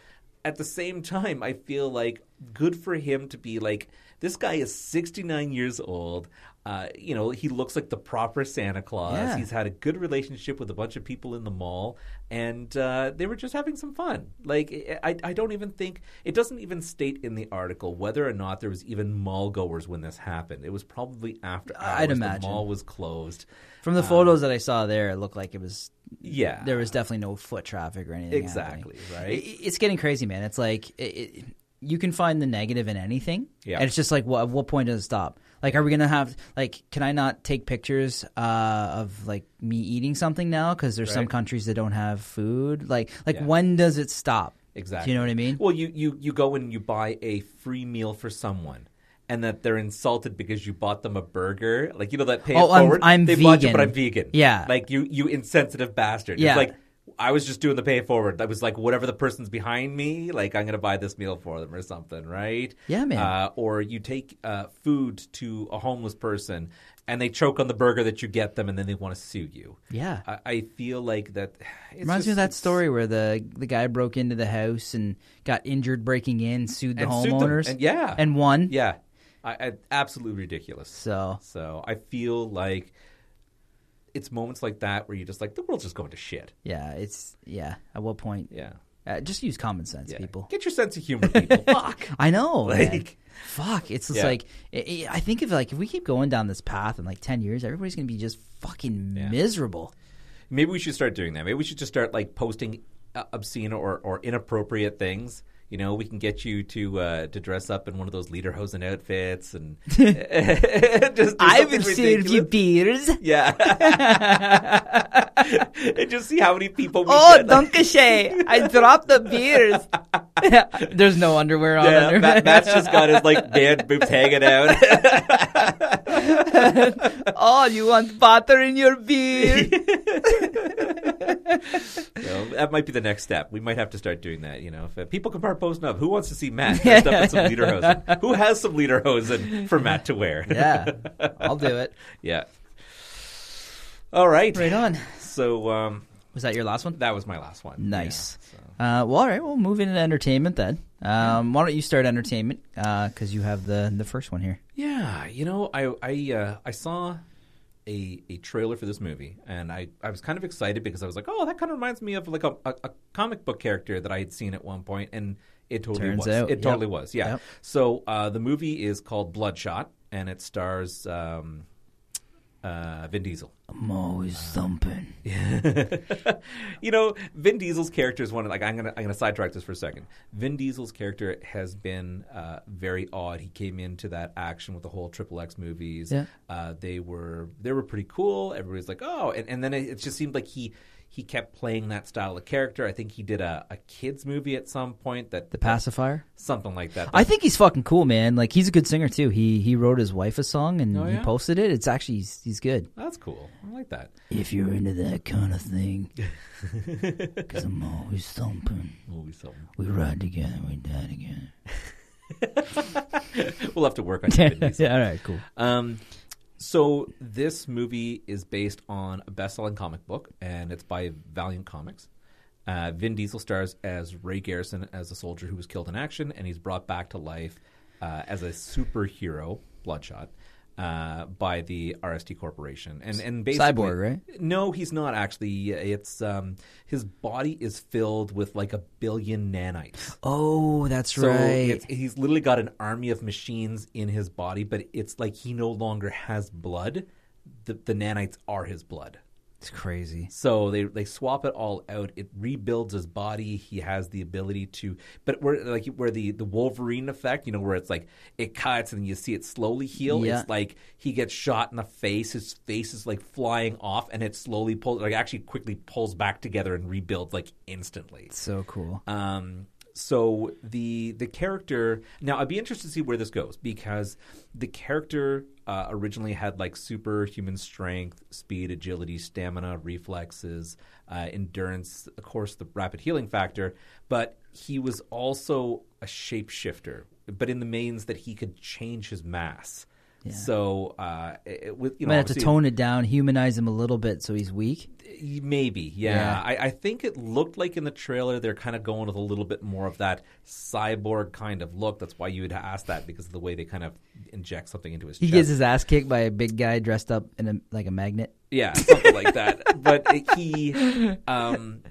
[SPEAKER 2] at the same time, I feel like good for him to be like, this guy is 69 years old. Uh, you know, he looks like the proper Santa Claus.
[SPEAKER 1] Yeah.
[SPEAKER 2] He's had a good relationship with a bunch of people in the mall, and uh, they were just having some fun. Like, I, I don't even think it doesn't even state in the article whether or not there was even mall goers when this happened. It was probably after hours.
[SPEAKER 1] I'd imagine.
[SPEAKER 2] the mall was closed.
[SPEAKER 1] From the photos that I saw there, it looked like it was
[SPEAKER 2] Um, Yeah,
[SPEAKER 1] there was definitely no foot traffic or anything.
[SPEAKER 2] Exactly,
[SPEAKER 1] happening.
[SPEAKER 2] right?
[SPEAKER 1] It- it's getting crazy, man. It's like it, it, you can find the negative in anything,
[SPEAKER 2] Yeah.
[SPEAKER 1] and it's just like, what, at what point does it stop? Like, are we gonna have like, can I not take pictures uh, of like me eating something now? Because there's some
[SPEAKER 2] Right.
[SPEAKER 1] countries that don't have food. Like, like
[SPEAKER 2] Yeah.
[SPEAKER 1] when does it stop?
[SPEAKER 2] Exactly.
[SPEAKER 1] Do you know what I mean?
[SPEAKER 2] Well, you, you, you go and you buy a free meal for someone. And that they're insulted because you bought them a burger, like you know that pay it
[SPEAKER 1] Oh, I'm-
[SPEAKER 2] forward.
[SPEAKER 1] I'm
[SPEAKER 2] they bought you,
[SPEAKER 1] vegan.
[SPEAKER 2] but I'm vegan.
[SPEAKER 1] Yeah.
[SPEAKER 2] like you, you insensitive bastard.
[SPEAKER 1] Yeah.
[SPEAKER 2] It's like I was just doing the pay it forward. I was like, whatever the person's behind me, like I'm gonna buy this meal for them or something, right?
[SPEAKER 1] Yeah, man.
[SPEAKER 2] Uh, or you take uh, food to a homeless person and they choke on the burger that you get them, and then they want to sue you.
[SPEAKER 1] Yeah.
[SPEAKER 2] I, I feel like that it's
[SPEAKER 1] Reminds me of
[SPEAKER 2] uh, just-
[SPEAKER 1] that
[SPEAKER 2] it's-
[SPEAKER 1] story where the the guy broke into the house and got injured breaking in, sued the
[SPEAKER 2] And sued them.
[SPEAKER 1] homeowners,
[SPEAKER 2] And- yeah.
[SPEAKER 1] and won.
[SPEAKER 2] Yeah, I, I absolutely ridiculous.
[SPEAKER 1] So
[SPEAKER 2] so I feel like it's moments like that where you're just like the world's just going to shit.
[SPEAKER 1] yeah, it's yeah. At what point?
[SPEAKER 2] Yeah,
[SPEAKER 1] Uh, just use common sense,
[SPEAKER 2] yeah.
[SPEAKER 1] people.
[SPEAKER 2] get your sense of humor, people. Fuck.
[SPEAKER 1] I know. man.
[SPEAKER 2] Like-
[SPEAKER 1] fuck. It's just
[SPEAKER 2] Yeah.
[SPEAKER 1] like i I I think if like if we keep going down this path in like ten years, everybody's gonna be just fucking
[SPEAKER 2] Yeah.
[SPEAKER 1] miserable.
[SPEAKER 2] Maybe we should start doing that. Maybe we should just start like posting uh, obscene or, or inappropriate things. You know, we can get you to uh, to dress up in one of those lederhosen outfits and just. do something ridiculous.
[SPEAKER 1] beers.
[SPEAKER 2] Yeah, and just see how many people. We
[SPEAKER 1] Oh,
[SPEAKER 2] get, like-
[SPEAKER 1] Dunkashay, I dropped the beers. There's no underwear on.
[SPEAKER 2] Yeah,
[SPEAKER 1] under-
[SPEAKER 2] Matt, Matt's just got his like man boobs hanging out.
[SPEAKER 1] oh, you want butter in your beer?
[SPEAKER 2] So that might be the next step. We might have to start doing that. You know, if uh, people can start posting up, who wants to see Matt dressed up in some lederhosen? Who has some lederhosen for Matt to wear?
[SPEAKER 1] yeah, I'll do it.
[SPEAKER 2] yeah. All right.
[SPEAKER 1] Right on.
[SPEAKER 2] So um,
[SPEAKER 1] Was that your last one?
[SPEAKER 2] that was my last one.
[SPEAKER 1] Nice.
[SPEAKER 2] Yeah, so.
[SPEAKER 1] Uh, well, all right. We'll move into entertainment then. Um, why don't you start entertainment? Because you have the the first one here.
[SPEAKER 2] Yeah, you know, I I uh, I saw a a trailer for this movie, and I, I was kind of excited because I was like, oh, that kind of reminds me of like a, a, a comic book character that I had seen at one point, and it totally
[SPEAKER 1] Turns
[SPEAKER 2] was.
[SPEAKER 1] out,
[SPEAKER 2] it totally
[SPEAKER 1] yep.
[SPEAKER 2] was. Yeah.
[SPEAKER 1] Yep.
[SPEAKER 2] So uh, the movie is called Bloodshot, and it stars um, uh, Vin Diesel.
[SPEAKER 1] I'm always thumping.
[SPEAKER 2] you know, Vin Diesel's character is one of like I'm gonna I'm gonna sidetrack this for a second. Vin Diesel's character has been uh, very odd. He came into that action with the whole Triple X movies.
[SPEAKER 1] Yeah.
[SPEAKER 2] Uh, they were they were pretty cool. Everybody's like, oh, and, and then it, it just seemed like he he kept playing that style of character. I think he did a, a kids movie at some point that
[SPEAKER 1] The pacifier.
[SPEAKER 2] something like that.
[SPEAKER 1] I think he's fucking cool, man. Like he's a good singer too. He he wrote his wife a song and
[SPEAKER 2] Oh,
[SPEAKER 1] he
[SPEAKER 2] yeah?
[SPEAKER 1] posted it. It's actually he's, he's good.
[SPEAKER 2] That's cool. I like that.
[SPEAKER 1] If you're into that kind of thing, because I'm always thumping.
[SPEAKER 2] Movie something.
[SPEAKER 1] We ride together, we die together.
[SPEAKER 2] We'll have to work on Vin Diesel.
[SPEAKER 1] yeah, all right, cool.
[SPEAKER 2] Um, so this movie is based on a best-selling comic book, and it's by Valiant Comics. Uh, Vin Diesel stars as Ray Garrison as a soldier who was killed in action, and he's brought back to life uh, as a superhero, Bloodshot, uh, by the RST Corporation. And and basically,
[SPEAKER 1] Cyborg, right?
[SPEAKER 2] no, he's not actually. It's um, his body is filled with like a billion nanites.
[SPEAKER 1] Oh, that's
[SPEAKER 2] So
[SPEAKER 1] right.
[SPEAKER 2] it's, he's literally got an army of machines in his body, but it's like he no longer has blood. The, the nanites are his blood.
[SPEAKER 1] It's crazy.
[SPEAKER 2] So they they swap it all out. It rebuilds his body. He has the ability to, but where like where the the Wolverine effect, you know, where it's like it cuts and you see it slowly heal.
[SPEAKER 1] Yeah.
[SPEAKER 2] It's like he gets shot in the face. His face is like flying off, and it slowly pulls like actually quickly pulls back together and rebuilds like instantly.
[SPEAKER 1] So cool.
[SPEAKER 2] Um, so the the character now I'd be interested to see where this goes because the character uh, originally had like superhuman strength, speed, agility, stamina, reflexes, uh, endurance, of course, the rapid healing factor. But he was also a shapeshifter, but in the means that he could change his mass. So uh, it, with you
[SPEAKER 1] You
[SPEAKER 2] know,
[SPEAKER 1] might have to
[SPEAKER 2] obviously-
[SPEAKER 1] tone it down, humanize him a little bit so he's weak.
[SPEAKER 2] Maybe, yeah.
[SPEAKER 1] Yeah.
[SPEAKER 2] I, I think it looked like in the trailer they're kind of going with a little bit more of that cyborg kind of look. That's why you would ask that because of the way they kind of inject something into his
[SPEAKER 1] He
[SPEAKER 2] chest.
[SPEAKER 1] gets his ass kicked by a big guy dressed up in a, like a magnet.
[SPEAKER 2] yeah, something like that. But he, um,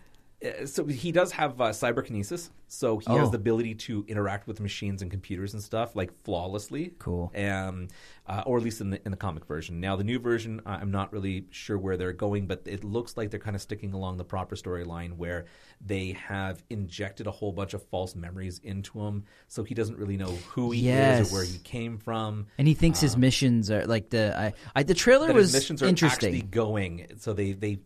[SPEAKER 2] uh, so he does have uh, cyberkinesis. So he
[SPEAKER 1] Oh.
[SPEAKER 2] has the ability to interact with machines and computers and stuff like flawlessly.
[SPEAKER 1] Cool.
[SPEAKER 2] Um, uh, or at least in the in the comic version. Now the new version, I- I'm not really sure where they're going, but it looks like they're kind of sticking along the proper storyline where they have injected a whole bunch of false memories into him, so he doesn't really know who he
[SPEAKER 1] Yes.
[SPEAKER 2] is or where he came from.
[SPEAKER 1] And he thinks his missions are like the I, I the trailer
[SPEAKER 2] Ah. that
[SPEAKER 1] was
[SPEAKER 2] his missions are
[SPEAKER 1] interesting.
[SPEAKER 2] actually going. So they they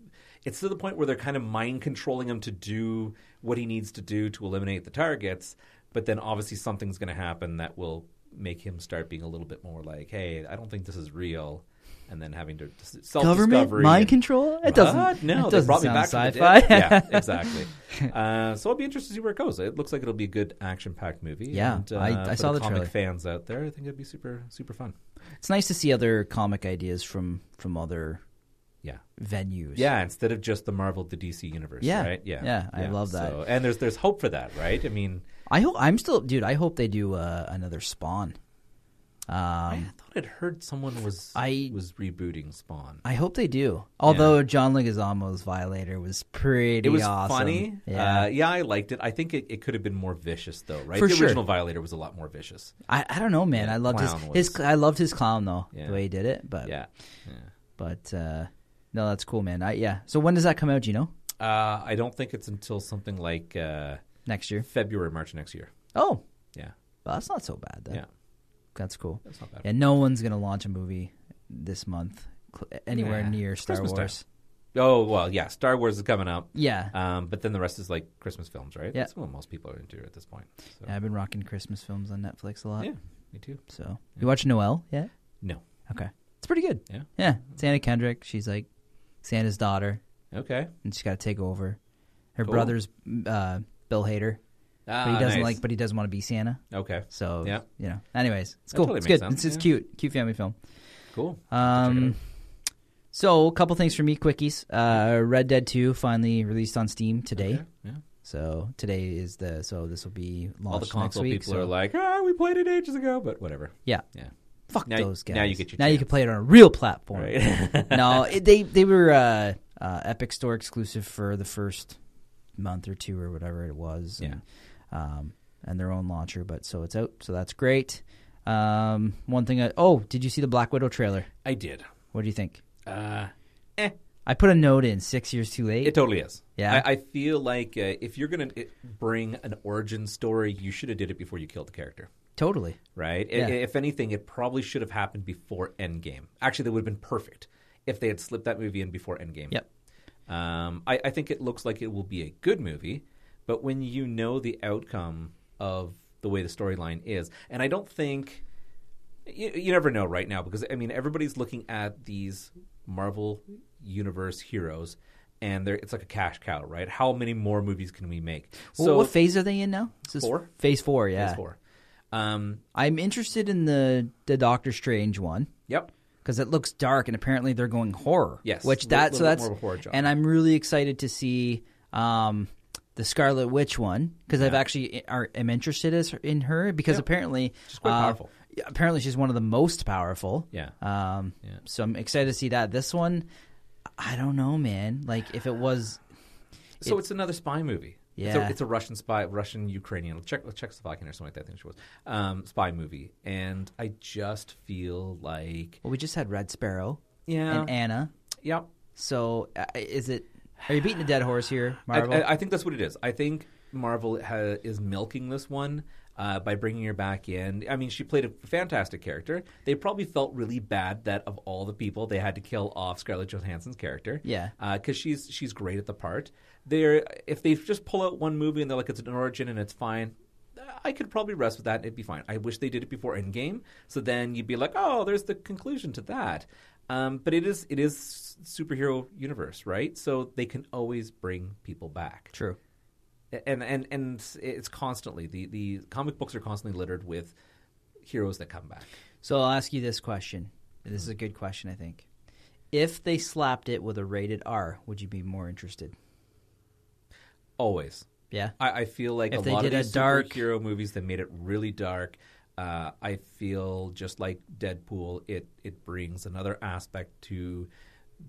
[SPEAKER 2] it's to the point where they're kind of mind controlling him to do what he needs to do to eliminate the targets, but then obviously something's going to happen that will make him start being a little bit more like, "Hey, I don't think this is real." And then having to self
[SPEAKER 1] Government
[SPEAKER 2] discovery,
[SPEAKER 1] mind control? It doesn't.
[SPEAKER 2] No,
[SPEAKER 1] it
[SPEAKER 2] they
[SPEAKER 1] doesn't
[SPEAKER 2] brought me
[SPEAKER 1] sound
[SPEAKER 2] back to
[SPEAKER 1] sci-fi.
[SPEAKER 2] the day. yeah, exactly. Uh, so I'll be interested to see where it goes. It looks like it'll be a good action-packed movie.
[SPEAKER 1] Yeah,
[SPEAKER 2] and, uh,
[SPEAKER 1] I- I
[SPEAKER 2] for
[SPEAKER 1] saw
[SPEAKER 2] the,
[SPEAKER 1] the
[SPEAKER 2] comic
[SPEAKER 1] trailer.
[SPEAKER 2] fans out there. I think it'd be super super fun.
[SPEAKER 1] It's nice to see other comic ideas from from other
[SPEAKER 2] Yeah.
[SPEAKER 1] venues.
[SPEAKER 2] Yeah, instead of just the Marvel, the DC universe.
[SPEAKER 1] Yeah.
[SPEAKER 2] right? Yeah,
[SPEAKER 1] Yeah, I love that.
[SPEAKER 2] So, and there's there's hope for that, right? I mean,
[SPEAKER 1] I hope I'm still dude, I hope they do uh, another Spawn. Um
[SPEAKER 2] I thought I'd heard someone was
[SPEAKER 1] I-
[SPEAKER 2] was rebooting Spawn.
[SPEAKER 1] I hope they do. Although John Leguizamo's Violator was pretty
[SPEAKER 2] It was
[SPEAKER 1] awesome.
[SPEAKER 2] funny.
[SPEAKER 1] Yeah.
[SPEAKER 2] uh, yeah, I liked it. I think it, it could have been more vicious, though, right?
[SPEAKER 1] For
[SPEAKER 2] the
[SPEAKER 1] sure.
[SPEAKER 2] original Violator was a lot more vicious.
[SPEAKER 1] I, I don't know, man.
[SPEAKER 2] yeah,
[SPEAKER 1] I loved his,
[SPEAKER 2] clown
[SPEAKER 1] his
[SPEAKER 2] was-
[SPEAKER 1] I loved his clown though,
[SPEAKER 2] Yeah.
[SPEAKER 1] the way he did it. But
[SPEAKER 2] Yeah. yeah.
[SPEAKER 1] but uh no, that's cool, man. I yeah. So when does that come out, do you know?
[SPEAKER 2] Uh, I don't think it's until something like uh,
[SPEAKER 1] Next year.
[SPEAKER 2] February, March next year.
[SPEAKER 1] Oh.
[SPEAKER 2] Yeah.
[SPEAKER 1] Well, that's not so bad then.
[SPEAKER 2] Yeah.
[SPEAKER 1] That's cool.
[SPEAKER 2] That's not bad.
[SPEAKER 1] And no one's gonna launch a movie this month cl- anywhere
[SPEAKER 2] Yeah,
[SPEAKER 1] near
[SPEAKER 2] it's
[SPEAKER 1] Star
[SPEAKER 2] Christmas time.
[SPEAKER 1] Wars.
[SPEAKER 2] Oh, well, yeah. Star Wars is coming up.
[SPEAKER 1] Yeah.
[SPEAKER 2] Um, but then the rest is like Christmas films, right?
[SPEAKER 1] Yeah.
[SPEAKER 2] That's what most people are into at this point. So.
[SPEAKER 1] Yeah, I've been rocking Christmas films on Netflix a lot.
[SPEAKER 2] yeah, me too.
[SPEAKER 1] So you watch Noel? Yeah.
[SPEAKER 2] No.
[SPEAKER 1] Okay. It's pretty good.
[SPEAKER 2] Yeah.
[SPEAKER 1] Yeah. It's Anna Kendrick. She's like Santa's daughter,
[SPEAKER 2] Okay.
[SPEAKER 1] and she's got to take over. Her
[SPEAKER 2] Cool.
[SPEAKER 1] brother's uh, Bill Hader, but he
[SPEAKER 2] Ah,
[SPEAKER 1] doesn't
[SPEAKER 2] nice.
[SPEAKER 1] like, but he doesn't want to be Santa.
[SPEAKER 2] Okay.
[SPEAKER 1] So
[SPEAKER 2] Yeah.
[SPEAKER 1] you know. Anyways, it's
[SPEAKER 2] That
[SPEAKER 1] cool.
[SPEAKER 2] totally
[SPEAKER 1] it's
[SPEAKER 2] makes
[SPEAKER 1] good.
[SPEAKER 2] sense,
[SPEAKER 1] It's, it's
[SPEAKER 2] yeah.
[SPEAKER 1] cute, cute family film.
[SPEAKER 2] Cool.
[SPEAKER 1] Um, so a couple things for me, quickies. Uh, Red Dead Two finally released on Steam today.
[SPEAKER 2] Okay, Yeah.
[SPEAKER 1] So today is the so this will be launched
[SPEAKER 2] All the console
[SPEAKER 1] next week.
[SPEAKER 2] people
[SPEAKER 1] so-
[SPEAKER 2] are like, ah, we played it ages ago, but whatever.
[SPEAKER 1] yeah.
[SPEAKER 2] Yeah.
[SPEAKER 1] Fuck
[SPEAKER 2] Now-
[SPEAKER 1] those guys.
[SPEAKER 2] now you get your
[SPEAKER 1] now you can
[SPEAKER 2] chance.
[SPEAKER 1] play it on a real platform.
[SPEAKER 2] Right.
[SPEAKER 1] no, it, they they were uh, uh, Epic Store exclusive for the first month or two or whatever it was. And, um, and their own launcher, but so it's out. So that's great. Um, one thing. I, oh, did you see the Black Widow trailer?
[SPEAKER 2] I did.
[SPEAKER 1] What do you think?
[SPEAKER 2] Uh, eh,
[SPEAKER 1] I put a note in six years too late.
[SPEAKER 2] it totally is.
[SPEAKER 1] Yeah.
[SPEAKER 2] I, I feel like uh, if you're gonna uh, bring an origin story, you should have did it before you killed the character.
[SPEAKER 1] totally.
[SPEAKER 2] right? I
[SPEAKER 1] Yeah.
[SPEAKER 2] If anything, it probably should have happened before Endgame. Actually, that would have been perfect if they had slipped that movie in before Endgame.
[SPEAKER 1] Yep.
[SPEAKER 2] Um, I, I think it looks like it will be a good movie, but when you know the outcome of the way the storyline is, and I don't think you, you never know right now because I mean everybody's looking at these Marvel universe heroes. And they're, it's like a cash cow, right? How many more movies can we make?
[SPEAKER 1] Well, what phase are they in now? Is this
[SPEAKER 2] Four?
[SPEAKER 1] Phase four. Yeah.
[SPEAKER 2] phase four. Um,
[SPEAKER 1] I'm interested in the the Doctor Strange one.
[SPEAKER 2] yep.
[SPEAKER 1] because it looks dark and apparently they're going horror.
[SPEAKER 2] Yes,
[SPEAKER 1] which
[SPEAKER 2] li-
[SPEAKER 1] that
[SPEAKER 2] little
[SPEAKER 1] so
[SPEAKER 2] bit
[SPEAKER 1] that's
[SPEAKER 2] more of a horror genre.
[SPEAKER 1] and I'm really excited to see um, the Scarlet Witch one because I've actually eh, are, am interested as, in her because apparently she's
[SPEAKER 2] quite powerful.
[SPEAKER 1] Apparently she's one of the most powerful.
[SPEAKER 2] Yeah.
[SPEAKER 1] Um,
[SPEAKER 2] Yeah.
[SPEAKER 1] So I'm excited to see that. This one, I don't know, man. Like if it was,
[SPEAKER 2] So it's, another spy movie. It's
[SPEAKER 1] Yeah.
[SPEAKER 2] a, it's a Russian spy, Russian Ukrainian, Czech, Czechoslovakian or something like that. I think she was um, spy movie, and I just feel like
[SPEAKER 1] well, we just had Red Sparrow
[SPEAKER 2] yeah,
[SPEAKER 1] and Anna.
[SPEAKER 2] yep.
[SPEAKER 1] So uh, is it? Are you beating a dead horse here,
[SPEAKER 2] I,
[SPEAKER 1] Marvel?
[SPEAKER 2] I- I think that's what it is. I think Marvel ha- is milking this one uh, by bringing her back in. I mean, she played a fantastic character. They probably felt really bad that of all the people, they had to kill off Scarlett Johansson's character.
[SPEAKER 1] Yeah.
[SPEAKER 2] because Uh, she's she's great at the part. They're if they just pull out one movie and they're like it's an origin and it's fine. I could probably rest with that. and It'd be fine. I wish they did it before Endgame, so then you'd be like, "Oh, there's the conclusion to that." Um, but it is it is superhero universe, right? So they can always bring people back
[SPEAKER 1] True.
[SPEAKER 2] and and and it's constantly the the comic books are constantly littered with heroes that come back.
[SPEAKER 1] So I'll ask you this question. And This is a good question, I think. If they slapped it with a rated R, would you be more interested?
[SPEAKER 2] Always,
[SPEAKER 1] Yeah.
[SPEAKER 2] I, I feel like
[SPEAKER 1] If
[SPEAKER 2] a
[SPEAKER 1] they
[SPEAKER 2] lot
[SPEAKER 1] did a
[SPEAKER 2] of these
[SPEAKER 1] dark-
[SPEAKER 2] superhero movies that made it really dark. Uh, I feel just like Deadpool, it it brings another aspect to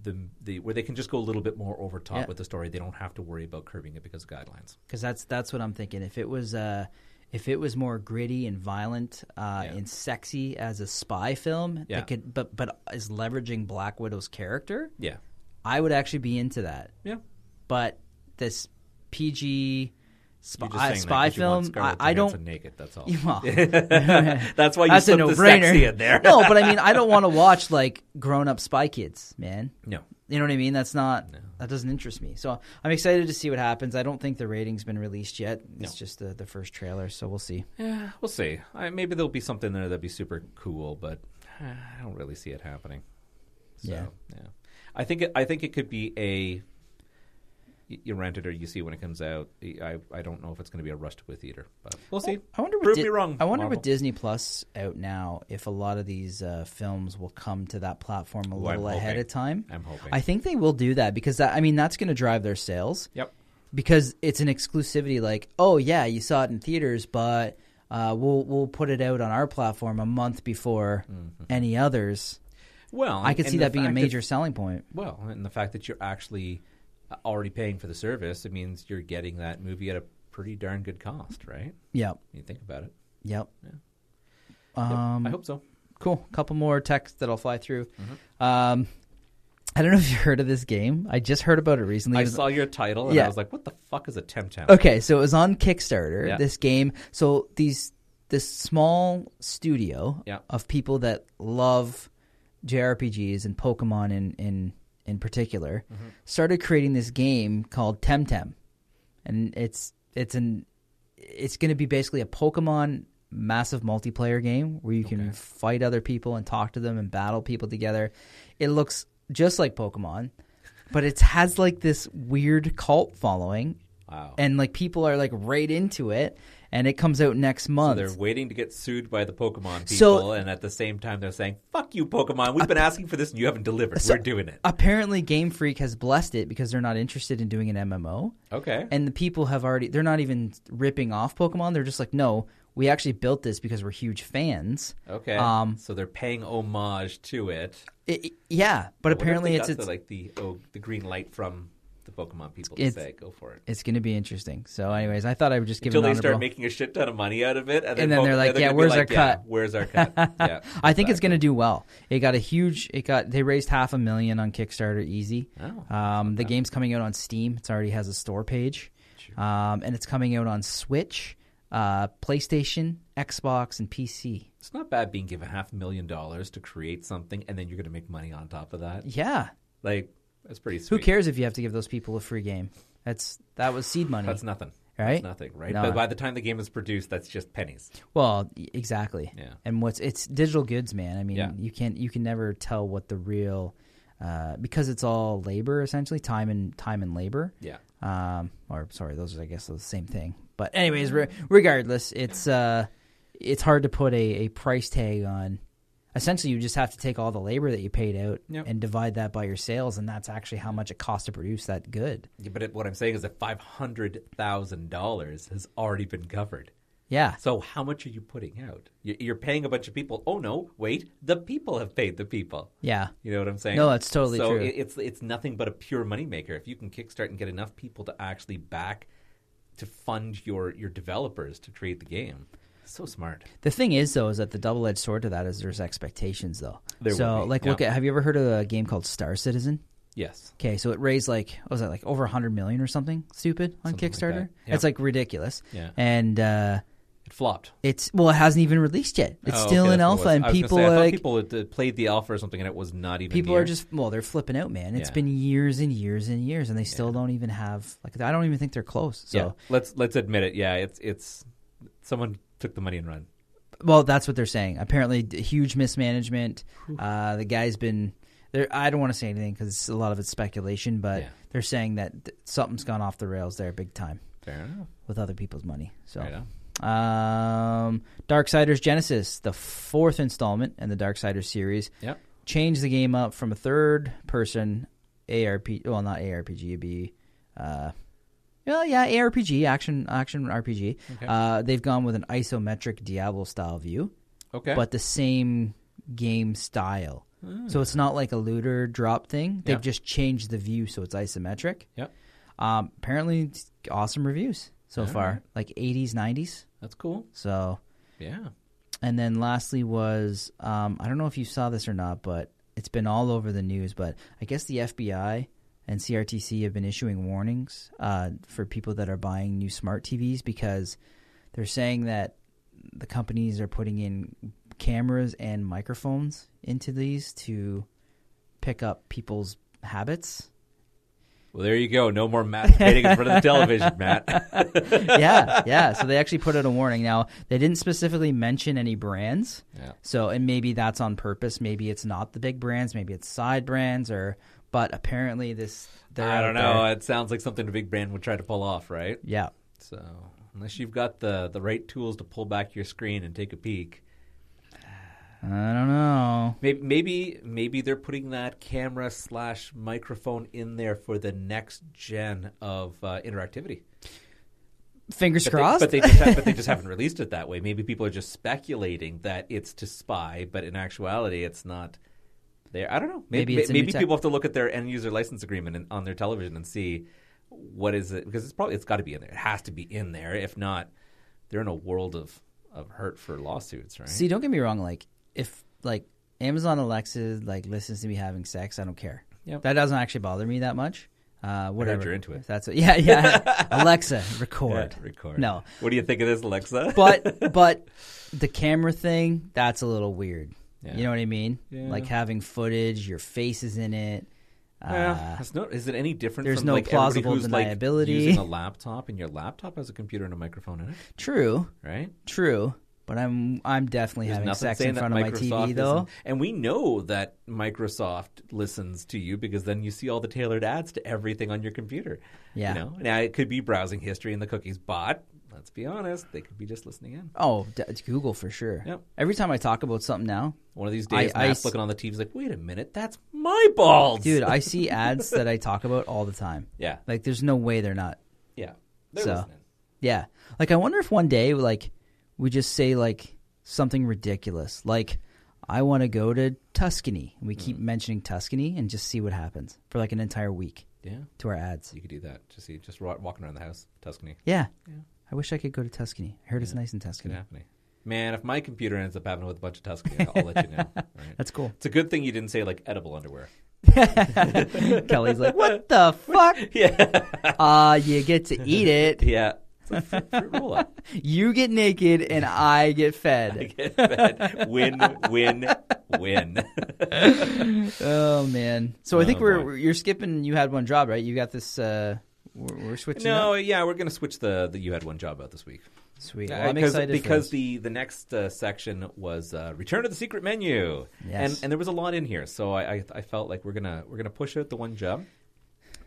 [SPEAKER 2] the the where they can just go a little bit more over top
[SPEAKER 1] Yeah.
[SPEAKER 2] with the story. They don't have to worry about curbing it because of guidelines.
[SPEAKER 1] because that's that's what I'm thinking. If it was uh, if it was more gritty and violent uh,
[SPEAKER 2] Yeah.
[SPEAKER 1] and sexy as a spy film,
[SPEAKER 2] Yeah.
[SPEAKER 1] that could but but is leveraging Black Widow's character,
[SPEAKER 2] Yeah,
[SPEAKER 1] I would actually be into that.
[SPEAKER 2] yeah.
[SPEAKER 1] But this PG spy,
[SPEAKER 2] You're just saying that
[SPEAKER 1] spy
[SPEAKER 2] 'cause you want
[SPEAKER 1] film, I,
[SPEAKER 2] Scarlett
[SPEAKER 1] I
[SPEAKER 2] Johansson
[SPEAKER 1] don't.
[SPEAKER 2] naked. That's all.
[SPEAKER 1] Well,
[SPEAKER 2] That's why you
[SPEAKER 1] that's a
[SPEAKER 2] slipped the sexy
[SPEAKER 1] no-brainer.
[SPEAKER 2] in there.
[SPEAKER 1] no, but I mean, I don't want to watch like grown-up spy kids, man.
[SPEAKER 2] no.
[SPEAKER 1] You know what I mean? That's not that doesn't interest me. So I'm excited to see what happens. I don't think the rating's been released yet. It's just the, the first trailer, so we'll see.
[SPEAKER 2] Yeah, we'll see. I, maybe there'll be something there that'd be super cool, but uh, I don't really see it happening. So,
[SPEAKER 1] Yeah.
[SPEAKER 2] I think it, I think it could be a. y- You rent it or you see it when it comes out. I I don't know if it's going to be a rush to a theater, but we'll see.
[SPEAKER 1] Oh, I wonder what
[SPEAKER 2] Prove
[SPEAKER 1] Di-
[SPEAKER 2] me wrong.
[SPEAKER 1] I wonder
[SPEAKER 2] Marvel.
[SPEAKER 1] with Disney Plus out now if a lot of these uh, films will come to that platform a
[SPEAKER 2] I'm
[SPEAKER 1] little ahead
[SPEAKER 2] hoping.
[SPEAKER 1] of time.
[SPEAKER 2] I'm hoping.
[SPEAKER 1] I think they will do that because that, I mean that's going to drive their sales
[SPEAKER 2] Yep.
[SPEAKER 1] because it's an exclusivity. Like, oh yeah, you saw it in theaters, but uh, we'll we'll put it out on our platform a month before any others.
[SPEAKER 2] Well,
[SPEAKER 1] I
[SPEAKER 2] Mm-hmm.
[SPEAKER 1] could
[SPEAKER 2] and
[SPEAKER 1] see
[SPEAKER 2] the
[SPEAKER 1] that being a
[SPEAKER 2] fact
[SPEAKER 1] major selling point.
[SPEAKER 2] Well, and the fact that you're actually uh, already paying for the service, it means you're getting that movie at a pretty darn good cost, right?
[SPEAKER 1] Yep.
[SPEAKER 2] When you think about it.
[SPEAKER 1] Yep.
[SPEAKER 2] Yep,
[SPEAKER 1] Um,
[SPEAKER 2] I hope so.
[SPEAKER 1] cool. couple more texts that I'll fly through.
[SPEAKER 2] Mm-hmm.
[SPEAKER 1] Um, I don't know if you heard of this game. I just heard about it recently.
[SPEAKER 2] I
[SPEAKER 1] It was-
[SPEAKER 2] saw your title and I
[SPEAKER 1] Yeah.
[SPEAKER 2] was like, "What the fuck is a temp town?"
[SPEAKER 1] Okay, so it was on Kickstarter.
[SPEAKER 2] Yeah.
[SPEAKER 1] This game. So these this small studio
[SPEAKER 2] Yeah.
[SPEAKER 1] of people that love JRPGs and Pokemon in in in particular
[SPEAKER 2] Mm-hmm.
[SPEAKER 1] started creating this game called Temtem, and it's it's an it's going to be basically a Pokemon massive multiplayer game where you can fight other people and talk to them and battle people together. It looks just like Pokemon, but it has like this weird cult following
[SPEAKER 2] Wow.
[SPEAKER 1] and like people are like right into it and it comes out next month
[SPEAKER 2] They're waiting to get sued by the Pokemon people,
[SPEAKER 1] So- Uh,
[SPEAKER 2] and at the same time, they're saying, "Fuck you, Pokemon. We've been asking for this, and you haven't delivered. We're doing it."
[SPEAKER 1] apparently game freak has blessed it because they're not interested in doing an mmo
[SPEAKER 2] Okay.
[SPEAKER 1] and the people have already they're not even ripping off pokemon they're just like no we actually built this because we're huge fans
[SPEAKER 2] okay.
[SPEAKER 1] um,
[SPEAKER 2] so they're paying homage to it.
[SPEAKER 1] It- it- yeah but
[SPEAKER 2] I wonder if they
[SPEAKER 1] apparently it's
[SPEAKER 2] got
[SPEAKER 1] it's,
[SPEAKER 2] the, like the oh, the green light from the Pokemon people to
[SPEAKER 1] It's-
[SPEAKER 2] say, "Go for it."
[SPEAKER 1] it's gonna be interesting so anyways i thought i would just give
[SPEAKER 2] Until
[SPEAKER 1] it
[SPEAKER 2] they
[SPEAKER 1] an
[SPEAKER 2] start
[SPEAKER 1] honorable-
[SPEAKER 2] making a shit ton of money out of it, and then,
[SPEAKER 1] And then
[SPEAKER 2] Poke-
[SPEAKER 1] they're like, "Yeah,
[SPEAKER 2] gonna be
[SPEAKER 1] where's our
[SPEAKER 2] "Yeah,
[SPEAKER 1] cut?"
[SPEAKER 2] where's our cut?" yeah,
[SPEAKER 1] I think it's going to do well. It got a huge. It got they raised half a million on Kickstarter easy.
[SPEAKER 2] Oh,
[SPEAKER 1] um, the game's coming out on Steam. It already has a store page, um, and it's coming out on Switch, uh, PlayStation, Xbox, and PC.
[SPEAKER 2] It's not bad being given half a million dollars to create something, and then you're going to make money on top of that.
[SPEAKER 1] Yeah,
[SPEAKER 2] Like that's pretty sweet.
[SPEAKER 1] who cares if you have to give those people a free game? That's that was seed money.
[SPEAKER 2] That's nothing.
[SPEAKER 1] Right?
[SPEAKER 2] That's nothing, right?
[SPEAKER 1] No.
[SPEAKER 2] But by the time the game is produced, that's just pennies.
[SPEAKER 1] well, y- exactly.
[SPEAKER 2] Yeah.
[SPEAKER 1] And what's it's digital goods, man. I mean,
[SPEAKER 2] Yeah.
[SPEAKER 1] you can't you can never tell what the real uh, because it's all labor essentially, time and time and labor.
[SPEAKER 2] Yeah.
[SPEAKER 1] um, or sorry, those are I guess the same thing. But anyways, re- regardless, it's uh, it's hard to put a, a price tag on. Essentially, you just have to take all the labor that you paid out
[SPEAKER 2] Yep.
[SPEAKER 1] and divide that by your sales, and that's actually how much it costs to produce that good.
[SPEAKER 2] Yeah, But it, what I'm saying is that five hundred thousand dollars has already been covered.
[SPEAKER 1] Yeah,
[SPEAKER 2] So how much are you putting out? You- You're paying a bunch of people. Oh no, wait, the people have paid the people.
[SPEAKER 1] yeah,
[SPEAKER 2] You know what I'm saying?
[SPEAKER 1] No, that's totally
[SPEAKER 2] so
[SPEAKER 1] true.
[SPEAKER 2] it- it's it's nothing but a pure moneymaker. If you can kickstart and get enough people to actually back to fund your your developers to create the game, so smart.
[SPEAKER 1] The thing is, though, is that the double edged sword to that is there's expectations, though.
[SPEAKER 2] There
[SPEAKER 1] so,
[SPEAKER 2] will be,
[SPEAKER 1] like, look
[SPEAKER 2] yeah.
[SPEAKER 1] at have you ever heard of a game called Star Citizen?
[SPEAKER 2] Yes.
[SPEAKER 1] Okay, so it raised like what was that like over 100 million or something stupid on
[SPEAKER 2] Something like
[SPEAKER 1] Kickstarter?
[SPEAKER 2] that, yeah.
[SPEAKER 1] It's like ridiculous.
[SPEAKER 2] Yeah.
[SPEAKER 1] And uh,
[SPEAKER 2] It flopped.
[SPEAKER 1] it's well, it hasn't even released yet. It's
[SPEAKER 2] Oh,
[SPEAKER 1] still
[SPEAKER 2] okay,
[SPEAKER 1] in
[SPEAKER 2] that's
[SPEAKER 1] alpha,
[SPEAKER 2] what it was.
[SPEAKER 1] and
[SPEAKER 2] I was gonna
[SPEAKER 1] people
[SPEAKER 2] say, I
[SPEAKER 1] are
[SPEAKER 2] thought
[SPEAKER 1] like people,
[SPEAKER 2] people had, uh, played the alpha or something, and it was not even.
[SPEAKER 1] are
[SPEAKER 2] near.
[SPEAKER 1] just well, they're flipping out, man. It's
[SPEAKER 2] Yeah.
[SPEAKER 1] been years and years and years, and they still don't even have like I don't even think they're close. So
[SPEAKER 2] Yeah. Let's let's admit it. Yeah, it's it's someone took the money and run.
[SPEAKER 1] Well, that's what they're saying. Apparently, d- huge mismanagement. Uh, the guy's been there. I don't want to say anything because a lot of it's speculation, but
[SPEAKER 2] Yeah.
[SPEAKER 1] they're saying that th- something's gone off the rails there, big time,
[SPEAKER 2] Fair enough.
[SPEAKER 1] with other people's money. So,
[SPEAKER 2] Right on.
[SPEAKER 1] um, Darksiders Genesis, the fourth installment in the Darksiders series,
[SPEAKER 2] Yep.
[SPEAKER 1] changed the game up from a third-person ARP. Well, not ARPG. It'd be. Uh, well, yeah, ARPG, action, action RPG.
[SPEAKER 2] Okay.
[SPEAKER 1] Uh, they've gone with an isometric Diablo style view
[SPEAKER 2] Okay. Hmm.
[SPEAKER 1] but the same game style. So it's not like a looter drop thing. They've
[SPEAKER 2] Yeah.
[SPEAKER 1] just changed the view so it's isometric.
[SPEAKER 2] yep.
[SPEAKER 1] Um, apparently, it's awesome reviews so
[SPEAKER 2] All
[SPEAKER 1] far,
[SPEAKER 2] right.
[SPEAKER 1] like 80s, 90s.
[SPEAKER 2] That's cool.
[SPEAKER 1] So,
[SPEAKER 2] Yeah.
[SPEAKER 1] and then lastly was um, I don't know if you saw this or not, but it's been all over the news. But I guess the FBI and CRTC have been issuing warnings uh, for people that are buying new smart TVs because they're saying that the companies are putting in cameras and microphones into these to pick up people's habits.
[SPEAKER 2] Well, there you go. No more masturbating in front of the television, Matt.
[SPEAKER 1] yeah, yeah. So they actually put out a warning. Now they didn't specifically mention any brands.
[SPEAKER 2] Yeah.
[SPEAKER 1] So and maybe that's on purpose. Maybe it's not the big brands. Maybe it's side brands or. But apparently this. they're
[SPEAKER 2] I
[SPEAKER 1] out
[SPEAKER 2] don't know.
[SPEAKER 1] there.
[SPEAKER 2] It sounds like something a big brand would try to pull off, right?
[SPEAKER 1] Yeah.
[SPEAKER 2] So unless you've got the the right tools to pull back your screen and take a peek,
[SPEAKER 1] I don't know.
[SPEAKER 2] maybe maybe maybe they're putting that camera slash microphone in there for the next gen of uh, interactivity.
[SPEAKER 1] Fingers
[SPEAKER 2] But they,
[SPEAKER 1] crossed.
[SPEAKER 2] but they just ha- but they just haven't released it that way. Maybe people are just speculating that it's to spy, but in actuality, it's not. There, I don't know. Maybe
[SPEAKER 1] Maybe it's a new
[SPEAKER 2] maybe
[SPEAKER 1] tech-
[SPEAKER 2] people have to look at their end user license agreement and, on their television and see what is it because it's probably it's got to be in there. It has to be in there. If not, they're in a world of of hurt for lawsuits, right?
[SPEAKER 1] See, don't get me wrong. Like if like Amazon Alexa like listens to me having sex, I don't care.
[SPEAKER 2] Yep.
[SPEAKER 1] That doesn't actually bother me that much. Uh, whatever.
[SPEAKER 2] you're into it.
[SPEAKER 1] If that's what, yeah, yeah. Alexa, record.
[SPEAKER 2] Yeah, record.
[SPEAKER 1] No,
[SPEAKER 2] What do you think of this, Alexa?
[SPEAKER 1] but but the camera thing that's a little weird
[SPEAKER 2] Yeah.
[SPEAKER 1] you know what i mean
[SPEAKER 2] Yeah.
[SPEAKER 1] like having footage your face is in it
[SPEAKER 2] Yeah,
[SPEAKER 1] uh,
[SPEAKER 2] it's not- is it any different?
[SPEAKER 1] there's
[SPEAKER 2] from,
[SPEAKER 1] no
[SPEAKER 2] like, everybody
[SPEAKER 1] plausible
[SPEAKER 2] who's, like,
[SPEAKER 1] deniability.
[SPEAKER 2] using a laptop, and your laptop has a computer and a microphone in it,
[SPEAKER 1] true
[SPEAKER 2] right?
[SPEAKER 1] true but i'm i'm definitely
[SPEAKER 2] There's
[SPEAKER 1] having
[SPEAKER 2] nothing
[SPEAKER 1] sex
[SPEAKER 2] saying
[SPEAKER 1] in
[SPEAKER 2] that
[SPEAKER 1] front of my
[SPEAKER 2] Microsoft
[SPEAKER 1] tv though
[SPEAKER 2] isn't- And we know that Microsoft listens to you because then you see all the tailored ads to everything on your computer.
[SPEAKER 1] Yeah.
[SPEAKER 2] You know? Now it could be browsing history and the cookies bot. Let's be honest, they could be just listening in.
[SPEAKER 1] oh d- it's google for sure
[SPEAKER 2] Yep.
[SPEAKER 1] every time i talk about something now
[SPEAKER 2] One of these days,
[SPEAKER 1] I- I
[SPEAKER 2] Matt's
[SPEAKER 1] s-
[SPEAKER 2] looking on the TV's like, wait a minute, that's my balls.
[SPEAKER 1] dude i see ads that i talk about all the time
[SPEAKER 2] Yeah.
[SPEAKER 1] like there's no way they're not
[SPEAKER 2] Yeah. They're
[SPEAKER 1] So.
[SPEAKER 2] listening.
[SPEAKER 1] Yeah. Like I wonder if one day like we just say like something ridiculous. Like I want to go to Tuscany.
[SPEAKER 2] Hmm.
[SPEAKER 1] And we keep mentioning Tuscany and just see what happens for like an entire week
[SPEAKER 2] Yeah.
[SPEAKER 1] to our ads.
[SPEAKER 2] You could do that. Just see, just wa- walking around the house, Tuscany.
[SPEAKER 1] Yeah. I wish I could go to Tuscany. I heard it's nice in
[SPEAKER 2] Could
[SPEAKER 1] Tuscany.
[SPEAKER 2] happen. Man, if my computer ends up having with a bunch of Tuscany, I'll let you know. Right?
[SPEAKER 1] That's cool.
[SPEAKER 2] It's a good thing you didn't say like edible underwear.
[SPEAKER 1] Kelly's like, "What the fuck?
[SPEAKER 2] Yeah.
[SPEAKER 1] Uh, you get to eat it.
[SPEAKER 2] Yeah. It's a fruit, fruit roll up.
[SPEAKER 1] You get naked and I get fed."
[SPEAKER 2] Get fed. win, win, win.
[SPEAKER 1] Oh man. So I think
[SPEAKER 2] Oh,
[SPEAKER 1] we're
[SPEAKER 2] boy.
[SPEAKER 1] you're skipping you had one job, right? You got this uh we're, we're switching
[SPEAKER 2] no,
[SPEAKER 1] up.
[SPEAKER 2] yeah, we're gonna switch the, the you had one job out this week.
[SPEAKER 1] Sweet. Well, I'm
[SPEAKER 2] because
[SPEAKER 1] excited for
[SPEAKER 2] Uh, because
[SPEAKER 1] this.
[SPEAKER 2] the the next uh, section was uh, return to the secret menu,
[SPEAKER 1] Yes.
[SPEAKER 2] and and there was a lot in here, so I, I I felt like we're gonna we're gonna push out the one job